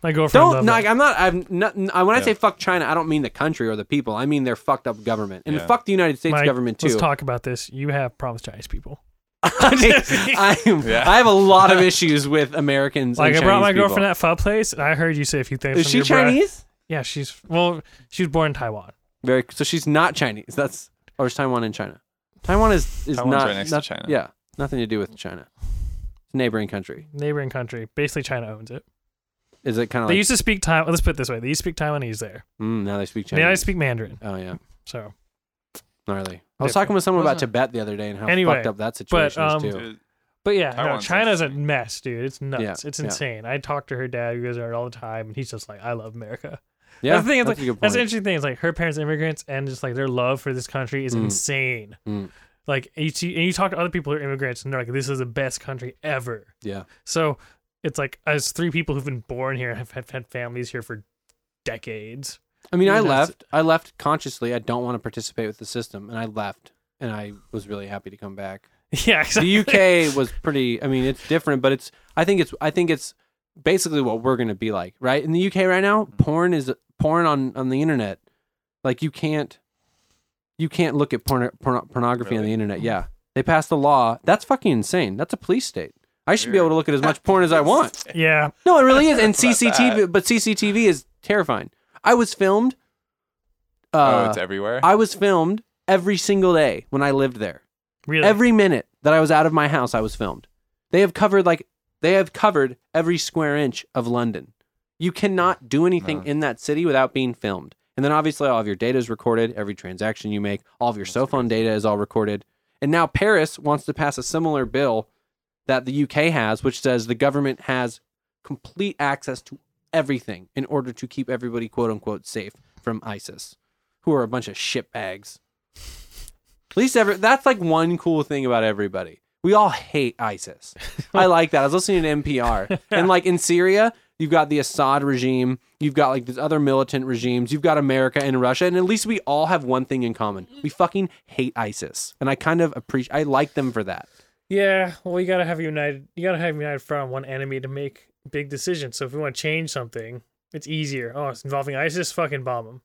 My girlfriend. Don't loved like. it. I'm not. I'm not. I- When I Yeah. say fuck China, I don't mean the country or the people. I mean their fucked up government and Yeah. fuck the United States Mike, government too. Let's talk about this. You have problems, Chinese people. I, mean, I'm- Yeah. I have a lot of issues with Americans. Like and I brought Chinese my people. girlfriend at pho place, and I heard you say a few things. Is from she your breath. Chinese? Yeah, she's well, she was born in Taiwan. Very. So she's not Chinese. That's or is Taiwan in China? Taiwan is is Taiwan's not, right next to not- China. Yeah, nothing to do with China. It's a neighboring country. Neighboring country, basically China owns it. Is it kind of They like? used to speak Taiwan. Let's put it this way: they used to speak Taiwanese there. mm, now they speak Chinese. Now they speak Mandarin. Oh yeah, So, gnarly. I was Different. talking with someone about Wasn't- Tibet the other day and how Anyway, fucked up that but, situation um, is too. Dude, but yeah, no, Taiwan's China's a interesting. mess, dude. It's nuts. Yeah, it's yeah. insane. I talk to her dad, who goes there all the time, and he's just like, "I love America." Yeah, that's the thing. It's that's like a good that's the point. interesting thing. It's like her parents are immigrants, and just like their love for this country is Mm. insane. Mm. Like, and you, see- and you talk to other people who are immigrants, and they're like, "This is the best country ever." Yeah. So it's like as three people who've been born here have have had families here for decades. I mean, You I know, it's- left. I left consciously. I don't want to participate with the system, and I left. And I was really happy to come back. Yeah, exactly. The UK was pretty. I mean, it's different, but it's. I think it's. I think it's basically what we're gonna be like, right? In the UK right now, Mm-hmm. porn is porn on on the internet. Like you can't, you can't look at porn, porn pornography on Really? Mm-hmm. the internet. Yeah, they passed the law. That's fucking insane. That's a police state. I should be able to look at as much porn as I want. Yeah, No, it really is. And Not CCTV, but CCTV is terrifying. I was filmed. oh, Uh, it's everywhere. I was filmed every single day when I lived there. really. Every minute that I was out of my house, I was filmed. They have covered like they have covered every square inch of London. You cannot do anything Wow. in that city without being filmed. And then obviously all of your data is recorded, every transaction you make, all of your cell phone data is all recorded. And now Paris wants to pass a similar bill that the UK has, which says the government has complete access to everything in order to keep everybody quote unquote safe from ISIS, who are a bunch of shit bags. At least ever that's like one cool thing about everybody. We all hate ISIS. I like that. I was listening to NPR. And like in Syria, you've got the Assad regime, you've got like these other militant regimes, you've got America and Russia, and at least we all have one thing in common. We fucking hate ISIS. And I kind of appreciate I like them for that. yeah, well, you gotta have a united. You gotta have a united front on one enemy to make big decisions. So if we want to change something, it's easier. Oh, it's involving ISIS. Fucking bomb them.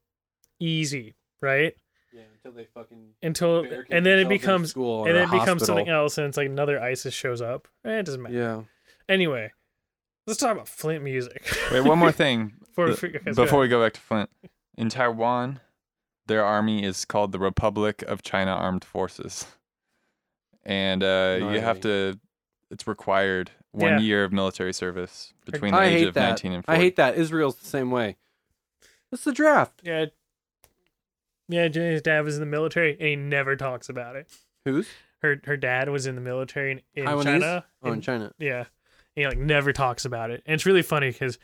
Easy, right? Yeah, until they fucking Until Barricade and then themselves it in a becomes school or and then a it becomes something hospital. else, and it's like another ISIS shows up. Eh, it doesn't matter. Yeah. Anyway, let's talk about Flint music. Wait, one more thing For- The- for- okay, so go before we go back to Flint. In Taiwan, their army is called the Republic of China Armed Forces, and uh, you have to. It's required one Yeah. year of military service between the I age hate of that. 19 and 40. I hate that. Israel's the same way. That's the draft. Yeah. Yeah, Jenny's dad was in the military and he never talks about it. Who's? Her her dad was in the military in, in Taiwanese? China. Oh, in China. Yeah. And he like never talks about it. And it's really funny because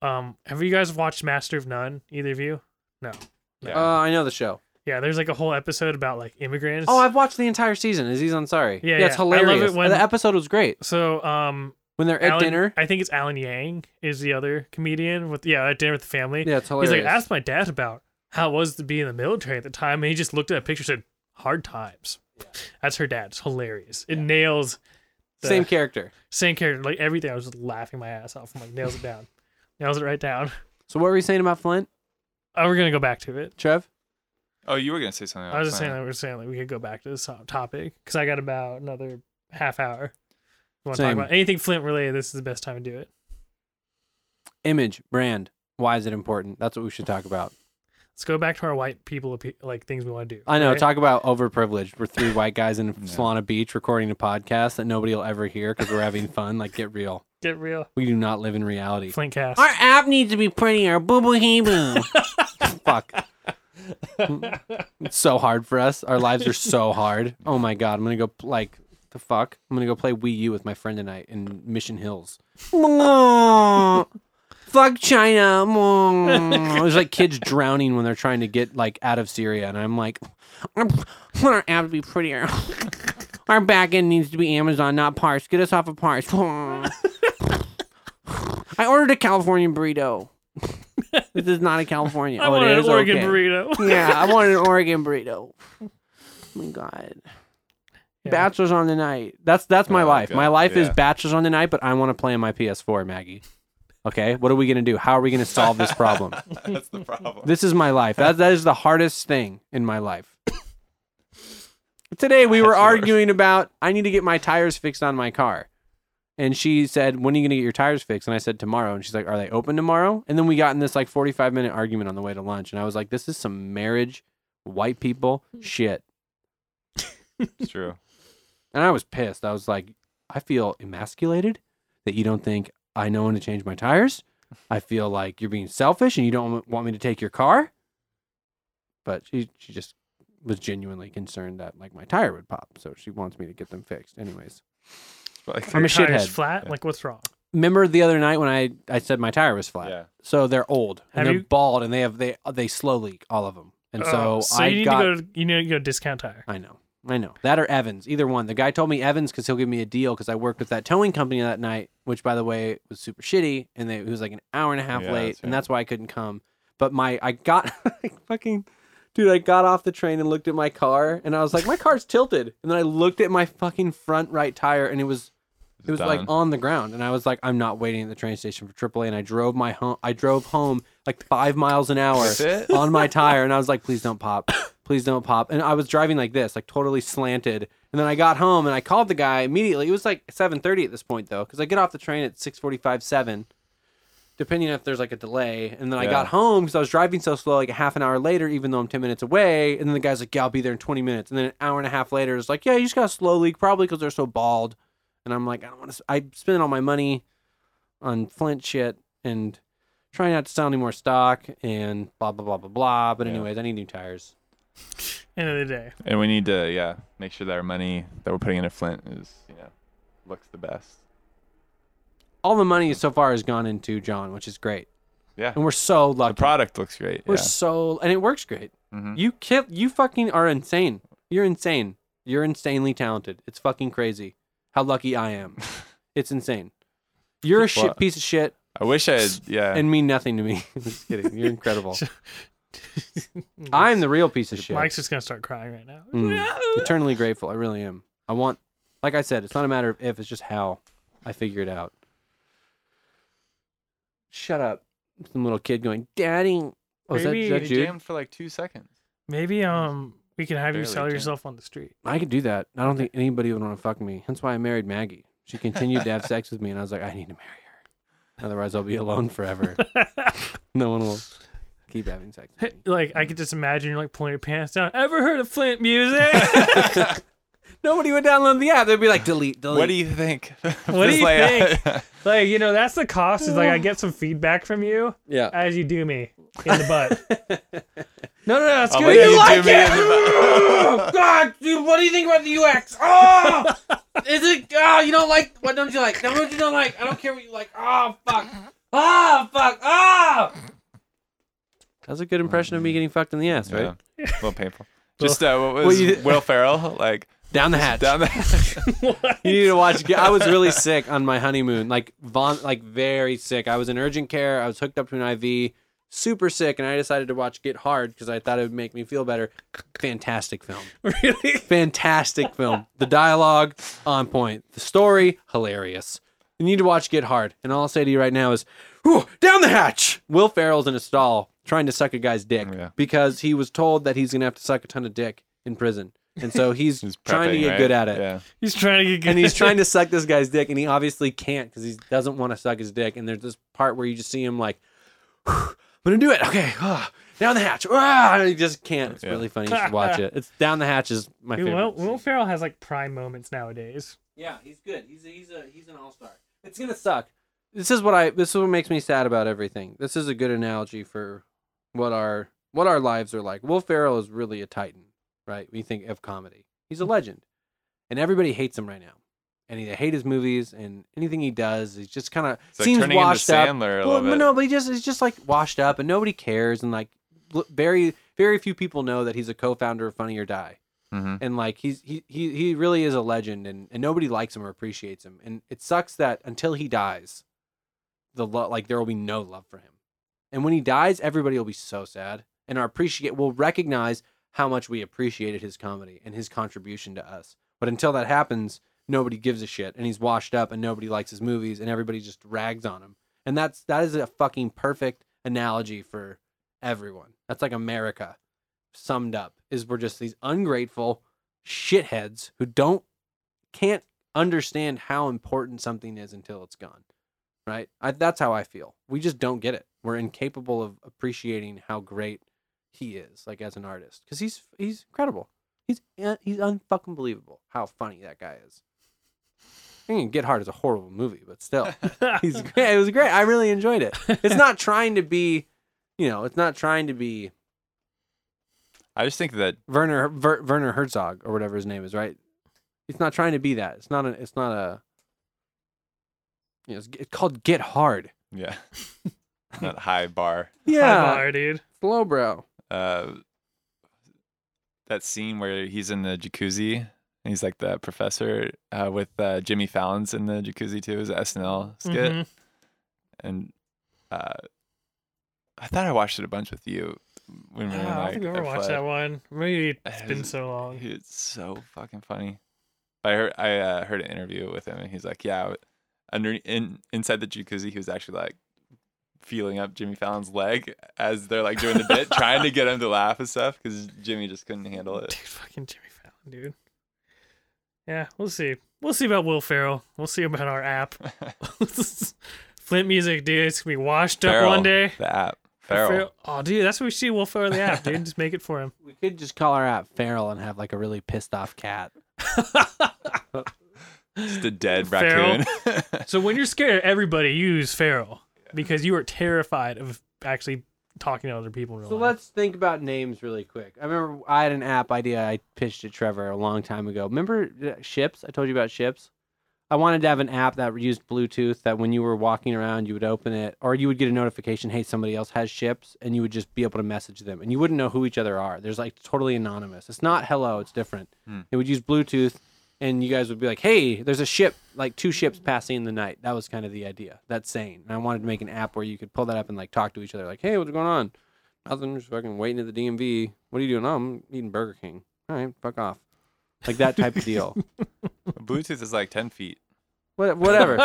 um have you guys watched Master of None? Either of you? No. Yeah. Uh, I know the show. Yeah, there's like a whole episode about like immigrants. Oh, I've watched the entire season. Aziz Ansari. Yeah, it's yeah. I love it hilarious. when- the episode was great. so um When they're at Alan, dinner. I think it's Alan Yang is the other comedian with yeah, at dinner with the family. Yeah, it's He's hilarious. like, asked my dad about how it was to be in the military at the time, and he just looked at a picture and said, hard times. That's her dad. It's hilarious. It nails the same character. same character. Like everything. I was just laughing my ass off. I'm like, nails it down. nails it right down. So what were you saying about Flint, Oh, we're gonna go back to it. Trev? Oh, you were gonna say something. I was just saying Flint. that we we're saying like we could go back to this to- topic because I got about another half hour. Want to talk Same. about anything Flint related? This is the best time to do it. Image, brand. Why is it important? That's what we should talk about. Let's go back to our white people appe- like things we want to do. I know. right? Talk about overprivileged. We're three white guys in Solana Beach recording a podcast that nobody will ever hear because we're having fun. Like, get real. Get real. We do not live in reality. Flint cast. Our app needs to be prettier. Boo boo hee boo. Fuck. It's so hard for us. Our lives are so hard. Oh my god, I'm gonna go pl- like the fuck. I'm gonna go play Wii U with my friend tonight in Mission Hills. fuck China. There's like kids drowning when they're trying to get like out of Syria, and I'm like, I want our app to be prettier. Our back end needs to be Amazon, not Parse. Get us off of Parse. I ordered a California burrito. this is not a California. I Oh, it want an is? Oregon Okay. burrito. Yeah, I want an Oregon burrito. Oh my god. Yeah. Bachelors on the night. That's that's my Oh, life. God. My life is Yeah. bachelors on the night, but I want to play on my PS4, Maggie. Okay, what are we gonna do? How are we gonna solve this problem? That's the problem. this is my life. That that is the hardest thing in my life. Today we were That's the worst. arguing about I need to get my tires fixed on my car. And she said, When are you gonna get your tires fixed? And I said tomorrow. And she's like, Are they open tomorrow? And then we got in this like forty five minute argument on the way to lunch. And I was like, This is some marriage, white people shit. It's true. And I was pissed. I was like, I feel emasculated that you don't think I know when to change my tires. I feel like you're being selfish and you don't want me to take your car. But she she just was genuinely concerned that like my tire would pop, so she wants me to get them fixed. Anyways, Like, I'm a Your tire's shithead. Flat. Yeah. Like what's wrong? remember the other night when I I said my tire was flat. yeah. So they're old and Have they're you- bald and they have they they slow leak all of them. And so, Oh, so I you need got to go. To, you need to go to discount tire. I know. I know. That or Evans, either one. The guy told me Evans because he'll give me a deal because I worked with that towing company that night, which by the way was super shitty, and they, it was like an hour and a half Yeah, late, that's and right. that's why I couldn't come. But my I got I fucking dude, I got off the train and looked at my car, and I was like, my car's tilted, and then I looked at my fucking front right tire, and it was it was like Done. on the ground, and I was like, I'm not waiting at the train station for AAA, and I drove my home. I drove home like five miles an hour That's it? on my tire, and I was like, please don't pop, please don't pop. And I was driving like this, like totally slanted. And then I got home and I called the guy immediately. It was like 7:30 at this point though, because I get off the train at 6:45, seven, depending if there's like a delay. And then I Yeah. got home because I was driving so slow, like a half an hour later, even though I'm 10 minutes away. And then the guy's like, yeah, I'll be there in 20 minutes. And then an hour and a half later, it's like, yeah, you just got a slow leak, probably because they're so bald. And I'm like, I don't want to. I spend all my money on Flint shit and try not to sell any more stock and blah blah blah blah blah. But Yeah. anyways, I need new tires. End of the day. And we need to, yeah, make sure that our money that we're putting into Flint is, you know, looks the best. All the money so far has gone into John, which is great, Yeah. and we're so The lucky. product looks great. we're yeah. so and it works great. Mhm. You kept you fucking are insane. You're insane. You're insanely talented. It's fucking crazy how lucky I am. it's insane. You're a shit Well- piece of shit I wish I had, yeah. and mean nothing to me. just kidding. You're incredible. I'm the real piece of shit. Mike's just gonna start crying right now. Mm. Eternally grateful. I really am. I want, like I said, it's not a matter of if, it's just how I figure it out. Shut up. Some little kid going, Daddy. Oh, is that, is Maybe that he Jude? jammed for like two seconds. Maybe um we can have you Barely sell can. yourself on the street. I could do that. I don't think anybody would want to fuck me. That's why I married Maggie. She continued to have sex with me, and I was like, I need to marry her. Otherwise, I'll be alone forever. no one will keep having sex with me. like I could just imagine you're like pulling your pants down. Ever heard of Flint music? Nobody would download the app. They'd be like, delete, delete. What do you think? What Just do you like- like you know that's the cost. Is like I get some feedback from you Yeah. as you do me in the butt. no, no, no, it's I'll good. let You you do like me it? in the- Oh God, dude, what do you think about the UX? Oh, is it? Oh, you don't like? What don't you like? No, what you don't like? I don't care what you like. Oh fuck. Oh fuck. Oh. That's a good impression of me getting fucked in the ass, right? Yeah. A little painful. Just uh, what was you- Will Ferrell like Down the hatch. down there? you need to watch. I was really sick on my honeymoon, like von, like very sick. I was in urgent care. I was hooked up to an IV, super sick, and I decided to watch Get Hard because I thought it would make me feel better. Fantastic film. really? fantastic film. The dialogue on point. The story hilarious. You need to watch Get Hard. And all I'll say to you right now is, "Whew, down the hatch. Will Ferrell's in a stall trying to suck a guy's dick Oh, Yeah. because he was told that he's gonna have to suck a ton of dick in prison, and so he's, He's trying to prepping, get right? good at it. Yeah. He's trying to get good. And he's trying to suck this guy's dick, and he obviously can't because he doesn't want to suck his dick. And there's this part where you just see him like, I'm gonna do it. Okay, ah, down the hatch. Ah, I just can't. It's Yeah. really funny. You should watch it. It's down the hatch is my Dude, favorite. Will, Will Ferrell has like prime moments nowadays. Yeah, he's good. He's a, he's a he's an all star. It's gonna suck. This is what I. This is what makes me sad about everything. This is a good analogy for what our what our lives are like. Will Ferrell is really a titan, right? We think of comedy. He's a legend, and everybody hates him right now. And he, they hate his movies and anything he does. He's just kind of It's like seems turning into washed up. Sandler a Well, little but bit. no, but he just is just like washed up, and nobody cares, and like l- very very few people know that he's a co-founder of Funny or Die Mhm. and like he's he he, he really is a legend and, and nobody likes him or appreciates him and it sucks that until he dies the lo- like there will be no love for him and when he dies everybody will be so sad and our appreciate will recognize how much we appreciated his comedy and his contribution to us but until that happens nobody gives a shit and he's washed up and nobody likes his movies and everybody just rags on him and that's that is a fucking perfect analogy for everyone that's like america summed up is we're just these ungrateful shitheads who don't can't understand how important something is until it's gone right I, that's how i feel we just don't get it we're incapable of appreciating how great he is like as an artist because he's he's incredible he's uh, he's unfucking believable how funny that guy is i mean get hard is a horrible movie but still he's great it was great i really enjoyed it it's not trying to be you know it's not trying to be I just think that Werner Ver, Werner Herzog or whatever his name is, right? It's not trying to be that. It's not a. It's not a. You know, it's, it's called Get Hard. yeah, not high bar. High bar, dude. lowbrow. Uh, that scene where he's in the jacuzzi and he's like the professor uh, with uh, Jimmy Fallon's in the jacuzzi too. His SNL skit. Mm-hmm. Mhm. and uh, I thought I watched it a bunch with you when we were Yeah, I don't like. think we ever at watched Flood. that one. Maybe it's been It's- so long. It's so fucking funny. I heard I uh, heard an interview with him, and he's like, "Yeah, w- under in inside the jacuzzi, he was actually like feeling up Jimmy Fallon's leg as they're like doing the bit, trying to get him to laugh and stuff, because Jimmy just couldn't handle Dude, it." fucking Jimmy Fallon, dude. Yeah, we'll see. We'll see about Will Ferrell. We'll see about our app. Flint music, dude. It's gonna be washed up Feral, one day. the app Feral. Fer- Oh, dude, that's what we see Will Ferrell in the app, dude. Just make it for him. We could just call her out Feral and have like a really pissed off cat. just a dead Feral. raccoon. So when you're scared, everybody use Ferrell because you are terrified of actually talking to other people. In real So life. let's think about names really quick. I remember I had an app idea I pitched to Trevor a long time ago. Remember uh, ships? I told you about ships. I wanted to have an app that used Bluetooth that when you were walking around, you would open it or you would get a notification, hey, somebody else has ships, and you would just be able to message them and you wouldn't know who each other are. There's like totally anonymous. It's not hello, it's different. Hmm. It would use Bluetooth and you guys would be like, hey, there's a ship, like two ships passing in the night. That was kind of the idea, that saying. And I wanted to make an app where you could pull that up and like talk to each other, like, hey, what's going on? Nothing, just fucking waiting at the DMV. What are you doing? Oh, I'm eating Burger King. All right, fuck off. Like that type of deal. Bluetooth is like ten feet. What, whatever,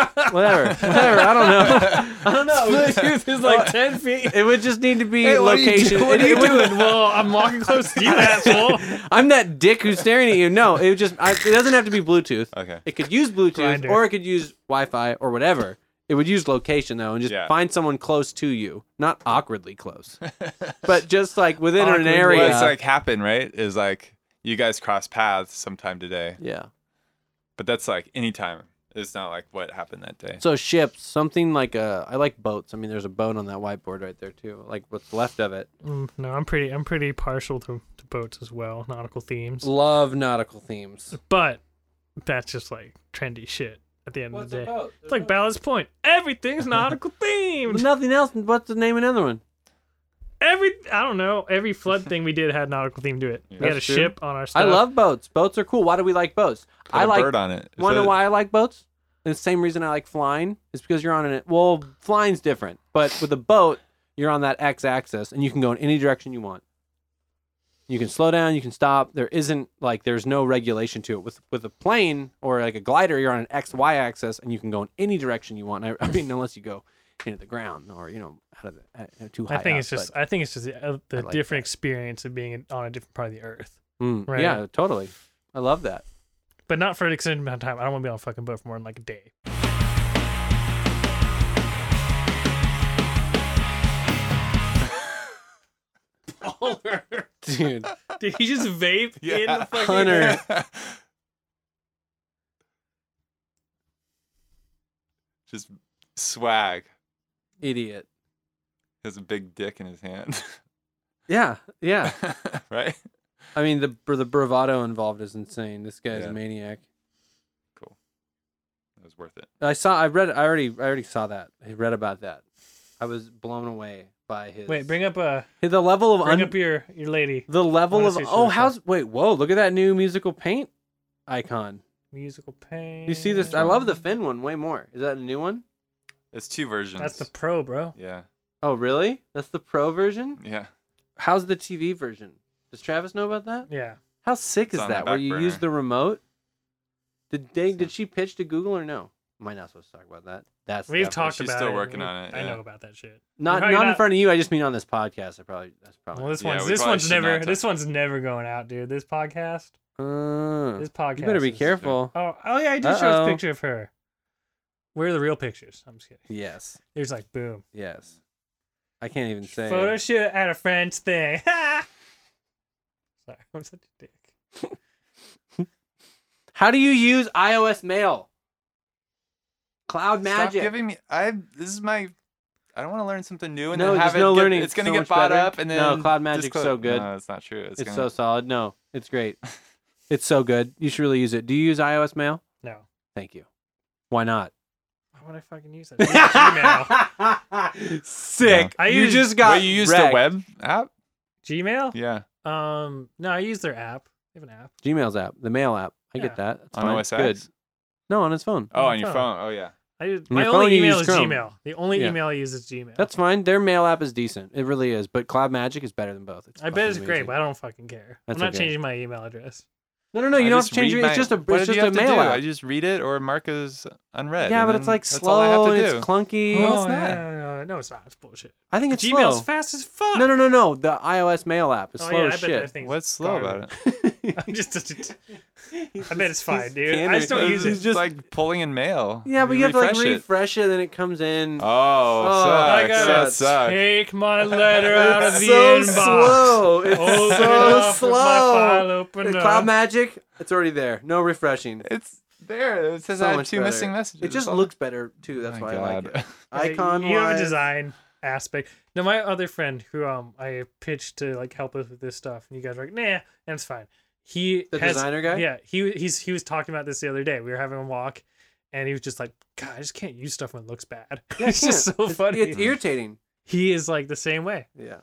whatever, whatever. I don't know. I don't know. Bluetooth is like ten feet. It would just need to be Hey, what are you location. doing? What are It you would- Dude, well, I'm walking close to you, asshole. I'm that dick who's staring at you. No, it would just. I, it doesn't have to be Bluetooth. Okay. It could use Bluetooth Grindr. or it could use Wi-Fi or whatever. It would use location though, and just Yeah. find someone close to you, not awkwardly close, but just like within an Awkwardly. area. What's like happened, right? Is like you guys cross paths sometime today, yeah. but that's like any time. It's not like what happened that day. So ships, something like a. I like boats. I mean, there's a boat on that whiteboard right there too. Like what's left of it. Mm, no, I'm pretty. I'm pretty partial to, to boats as well, nautical themes. Love nautical themes. But that's just like trendy shit. At the end of the day, boat? it's like Ballast Point. Everything's nautical themed. Nothing else. What's the name of another one? Every I don't know. Every flood thing we did had nautical theme to it. we had a That's true. ship on our. I Stuff. love boats. Boats are cool. Why do we like boats? Put I a like. bird on it. Is Want to that- know why I like boats? The same reason I like flying is because you're on an. Well, flying's different, but with a boat, you're on that x-axis and you can go in any direction you want. You can slow down. You can stop. There isn't like there's no regulation to it. With with a plane or like a glider, you're on an x-y axis and you can go in any direction you want. I, I mean, unless you go into the ground or you know out of the, uh, too high. I think up, it's just. but- I think it's just the, uh, the I like different experience of being on a different part of the earth, Mm, right? Yeah, totally. I love that. but not for an extended amount of time. I don't want to be on a fucking boat for more than like a day. baller. dude. Did he just vape in Yeah. the fucking Hunter. Just swag. Idiot. He has a big dick in his hand. Yeah, yeah. right? I mean, the br- the bravado involved is insane. This guy's Yeah. a maniac. That was worth it. I saw. I read. I already. I already saw that. I read about that. I was blown away by his. Wait, bring up uh, a the level of bring un- up your your lady the level wanna of see some oh of that. how's wait whoa look at that new musical paint icon. musical pain. You see this? I love the Mm. Finn one way more. Is that a new one? It's two versions. That's the pro, bro. yeah. Oh really? That's the pro version. Yeah. How's the TV version? Does Travis know about that? Yeah. How sick It's is on the that? Where back you use burner. the remote? Did they? Did she pitch to Google or no? Am I not supposed to talk about that? That's We've definitely- talked she's about still it. working We- on it, I yeah. know about that shit. not not, probably in not- front of you. I just mean on this podcast. I probably that's probably. Well, this Yeah, one's we this probably one's should not never talk- this one's never going out, dude. This podcast. Uh, This podcast. you better be is- careful. Oh, oh yeah, I did show us Uh-oh. a picture of her. Where are the real pictures? I'm just kidding. Yes, There's like boom. yes. I can't even say. Photo shoot at a friend's thing. Sorry, I'm such a dick. How do you use iOS Mail? Stop Cloud Magic. giving me. I. This is my. I don't want to learn something new and No, then have there's it. no get- learning. it's gonna So get much bought better. up and then. No, Cloud Magic's disclose- so good. No, it's not true. It's, it's so gonna, solid. No, it's great. it's so good. You should really use it. Do you use iOS Mail? No. Thank you. Why not? Why would I fucking use that? Gmail. Sick. No. I you use- just got. Wait, you used wrecked. the web app? Gmail? Yeah, Um, no, I use their app. They have an app. Gmail's app, the Mail app. I Yeah. get that. That's on fine. OS Good. X? No, on his phone. Oh, my on your phone. phone. Oh yeah. I use, On my your phone, only you email use is Chrome. Gmail. The only Yeah. email I use is Gmail. That's fine. Their mail app is decent. It really is. But Cloud Magic is better than both. I bet it's fucking great, amazing. but I don't fucking care. That's I'm not okay. changing my email address. No, no, no. I You don't have just to change read it. my- It's just a. What It's did just you a have to do? mail I app. just read it or mark as unread. Yeah, and but it's then like that's all I have slow to and do. Oh, it's No, clunky. no, it's not. No, no, no, no, it's not. It's bullshit. I think it's Gmail's slow. fast as fuck. No, no, no, no. The iOS mail app is Oh, slow yeah, I as bet that shit. thing's What's slow about it? I'm just. I bet it's fine, dude. candid. I just don't This use is it. just like pulling in mail. Yeah, but you have to like refresh it. refresh it, then it comes in. Oh, Oh, sucks. I I gotta that sucks. take my letter out of It's the so inbox. slow. It's Open it so up with My file slow. opener. The Cloud Magic, it's already there. No refreshing. It's there. It says So I had much two better. missing messages. It just Oh, looks better too. That's my why I like God. it. Like, Icon you have a wise- design aspect now my other friend who um i pitched to like help us with this stuff and you guys were like nah and it's fine he The has- designer guy? yeah he he's he was talking about this the other day we were having a walk and he was just like god i just can't use stuff when it looks bad it's just so Yeah, it's- funny It's irritating. he is like the same way Yeah.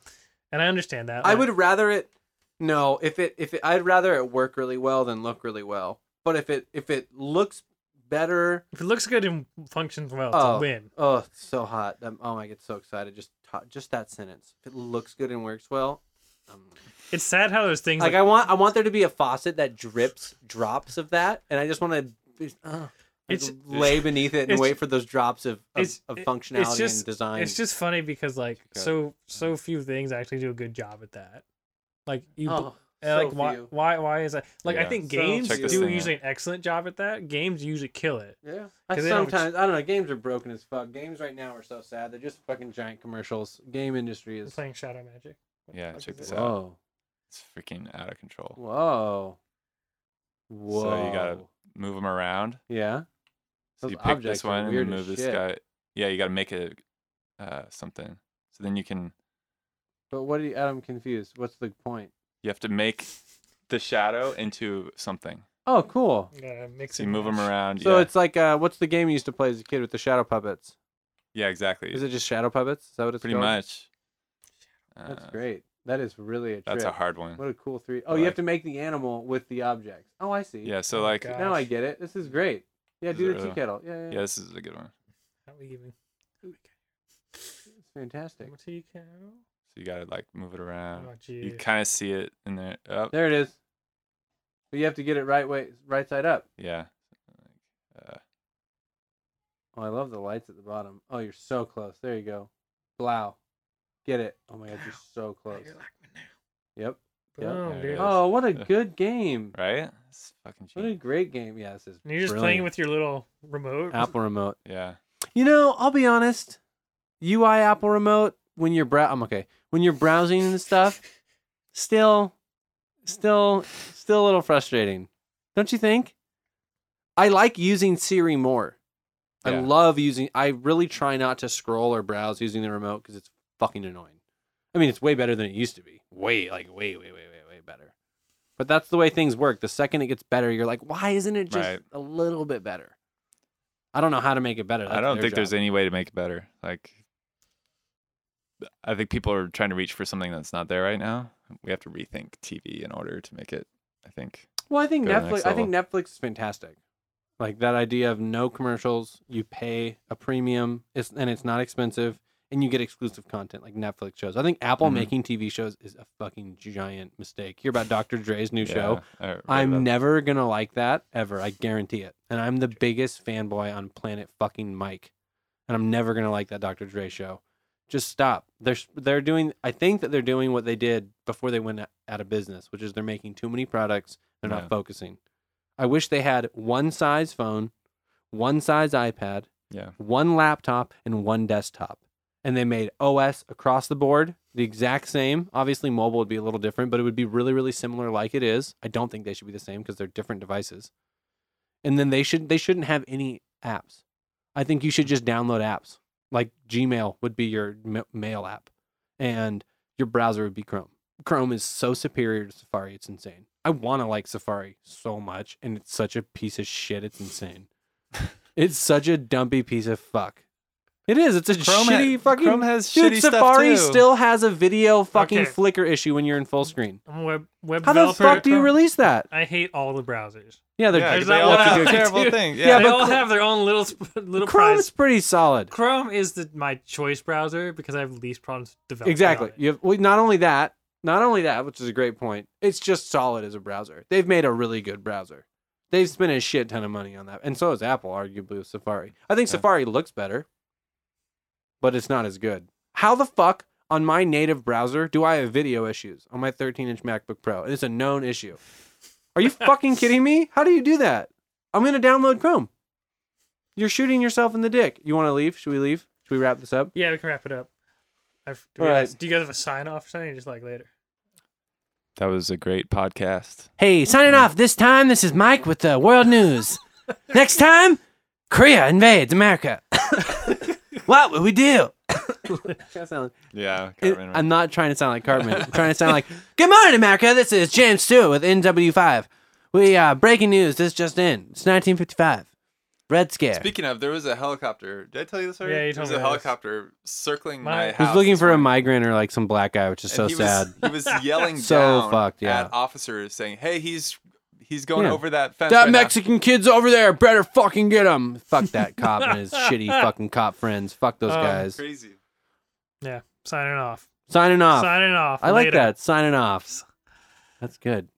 and i understand that I like, would rather it. No, if it if it, I'd rather it work really well than look really well. But if it if it looks better, if it looks good and functions well it's Oh. a win oh, it's so hot. i oh, I get so excited just ta- just that sentence. If it looks good and works well, um, it's sad how those things like, like, I want I want there to be a faucet that drips drops of that, and I just want to. Uh, It's- it's lay beneath it and it's- wait for those drops of of, it's- of it- functionality it's just- and design. It's just funny because like Got it. so so few things actually do a good job at that. Like you, oh, and, so like why few. why why is that? Like I Yeah. think So games Check this do thing usually an excellent job at that. Games usually kill it. Yeah. 'Cause they don't- sometimes I don't know. Games are broken as fuck. Games right now are so sad. They're just fucking giant commercials. Game industry I'm is. playing Shadow Magic. What the Yeah, fuck check is this it? out. Whoa, It's freaking out of control. whoa, whoa. gotta- Move them around. Yeah. So Those you pick objects this are one and you weird as move this shit. guy. Yeah, you got to make it uh, something. So then you can But what do you? I'm confused. What's the point? you have to make the shadow into something. Oh, cool. You gotta mix So you and move them match. around. So yeah. it's like uh, what's the game you used to play as a kid with the shadow puppets? yeah, exactly. Is it just shadow puppets? Is that what it's Pretty called? much. That's Uh, great. That is really a trip. That's a hard one. What a cool three I oh you like- have to make the animal with the objects. Oh, I see. Yeah. So Oh, like, God. Now I Gosh. get it. This is great. Yeah, Is do it the really? tea kettle. Yeah, yeah. yeah, this is a good one. How we even? It's fantastic. What do you count? So you got to like move it Oh around. Uh, you jeez. kind of see it in there. Oh, There it is. But you have to get it right way, right side up. yeah. Uh, Oh, I love the lights at the bottom. Oh, you're so close. There you go. Blow. Get it. Oh my god, you're so Oh, close. you're like me now. Yep. Yep. Boom, There it dude. is. Oh, what a Uh, good game. right? It's fucking What a cheap. great game. Yeah, this is. And you're just playing brilliant. with your little remote. Apple remote. Yeah. You know, I'll be honest. UI Apple remote when you're brow I'm okay. When you're browsing and stuff, still, still, still a little frustrating, don't you think? I like using Siri more. I Yeah. love using. I really try not to scroll or browse using the remote because it's fucking annoying. I mean, it's way better than it used to be. Way, like, way, way, way, way, way better. But that's the way things work. The second it gets better, you're like, why isn't it just Right. a little bit better? I don't know how to make it better. I That's don't their think job. there's any way to make it better. Like, I think people are trying to reach for something that's not there right now. We have to rethink TV in order to make it. I think. Well, I think Go to the Netflix. next I think Netflix is fantastic. Like that idea of no commercials. You pay a premium, it's, and it's not expensive, and you get exclusive content like Netflix shows. I think Apple Mhm. making TV shows is a fucking giant mistake. Hear about Dr. Dre's new show? I read I'm uh, about- never gonna like that ever. I guarantee it. And I'm the biggest fanboy on planet fucking Mike. And I'm never gonna like that Dr. Dre show. Just stop. They're they're doing. I think that they're doing what they did before they went out of business, which is they're making too many products. They're Yeah. not focusing. I wish they had one size phone, one size iPad, Yeah. one laptop, and one desktop. And they made OS across the board the exact same. Obviously, mobile would be a little different, but it would be really, really similar, like it is. I don't think they should be the same because they're different devices. And then they should they shouldn't have any apps. I think you should just download apps. Like Gmail would be your ma- mail app, and your browser would be Chrome. Chrome is so superior to Safari. It's insane. I want to like Safari so much, and it's such a piece of shit. It's insane. it's such a dumpy piece of fuck. It is. It's a Chrome, shitty ha- fucking. Chrome has Dude, shitty Safari stuff too. still has a video fucking Okay. flicker issue when you're in full screen. I'm a web web How the developer. fuck do you release that? I hate all the browsers. Yeah, they're Yeah, There's they that all one have out there, terrible dude. thing. Yeah, Yeah. they but all Chrome- have their own little sp- little Chrome's prize. pretty solid. Chrome is the, my choice browser because I have least problems developing. Exactly. on it. You have well, not only that, not only that, which is a great point. It's just solid as a browser. They've made a really good browser. They've spent a shit ton of money on that, and so has Apple, arguably with Safari. I think Yeah. Safari looks better, but it's not as good. How the fuck on my native browser do I have video issues on my 13-inch MacBook Pro? And it's a known issue. Are you fucking kidding me? How do you do that? I'm gonna download Chrome. You're shooting yourself in the dick. You want to leave? Should we leave? Should we wrap this up? Yeah, we can wrap it up. I've, do, we All right. guys, do you guys have a sign off or something? Or just like later. That was a great podcast. Hey, signing off this time. This is Mike with the World News. Next time, Korea invades America. what will we do? Yeah. Cartman, I'm not trying to sound like Cartman. I'm trying to sound like Good morning, America. This is James Stewart with NW5. We are breaking news. This just in. It's 1955. Red Scare. Speaking of, there was a helicopter. Did I tell you this already? Yeah, you There was told a me this. helicopter circling My- my, He house. was looking this for a morning. migrant or like some black guy, which is so And he sad. Was, he was yelling So down fucked, yeah. at officers saying, "Hey, he's he's going Yeah. over that fence." That right now." Mexican kid's over there. Better fucking get him. Fuck that cop and his shitty fucking cop friends. Fuck those Oh, Um, guys. Crazy. Yeah, signing off. Signing off. Signing off. I like later. that. Signing off. That's good.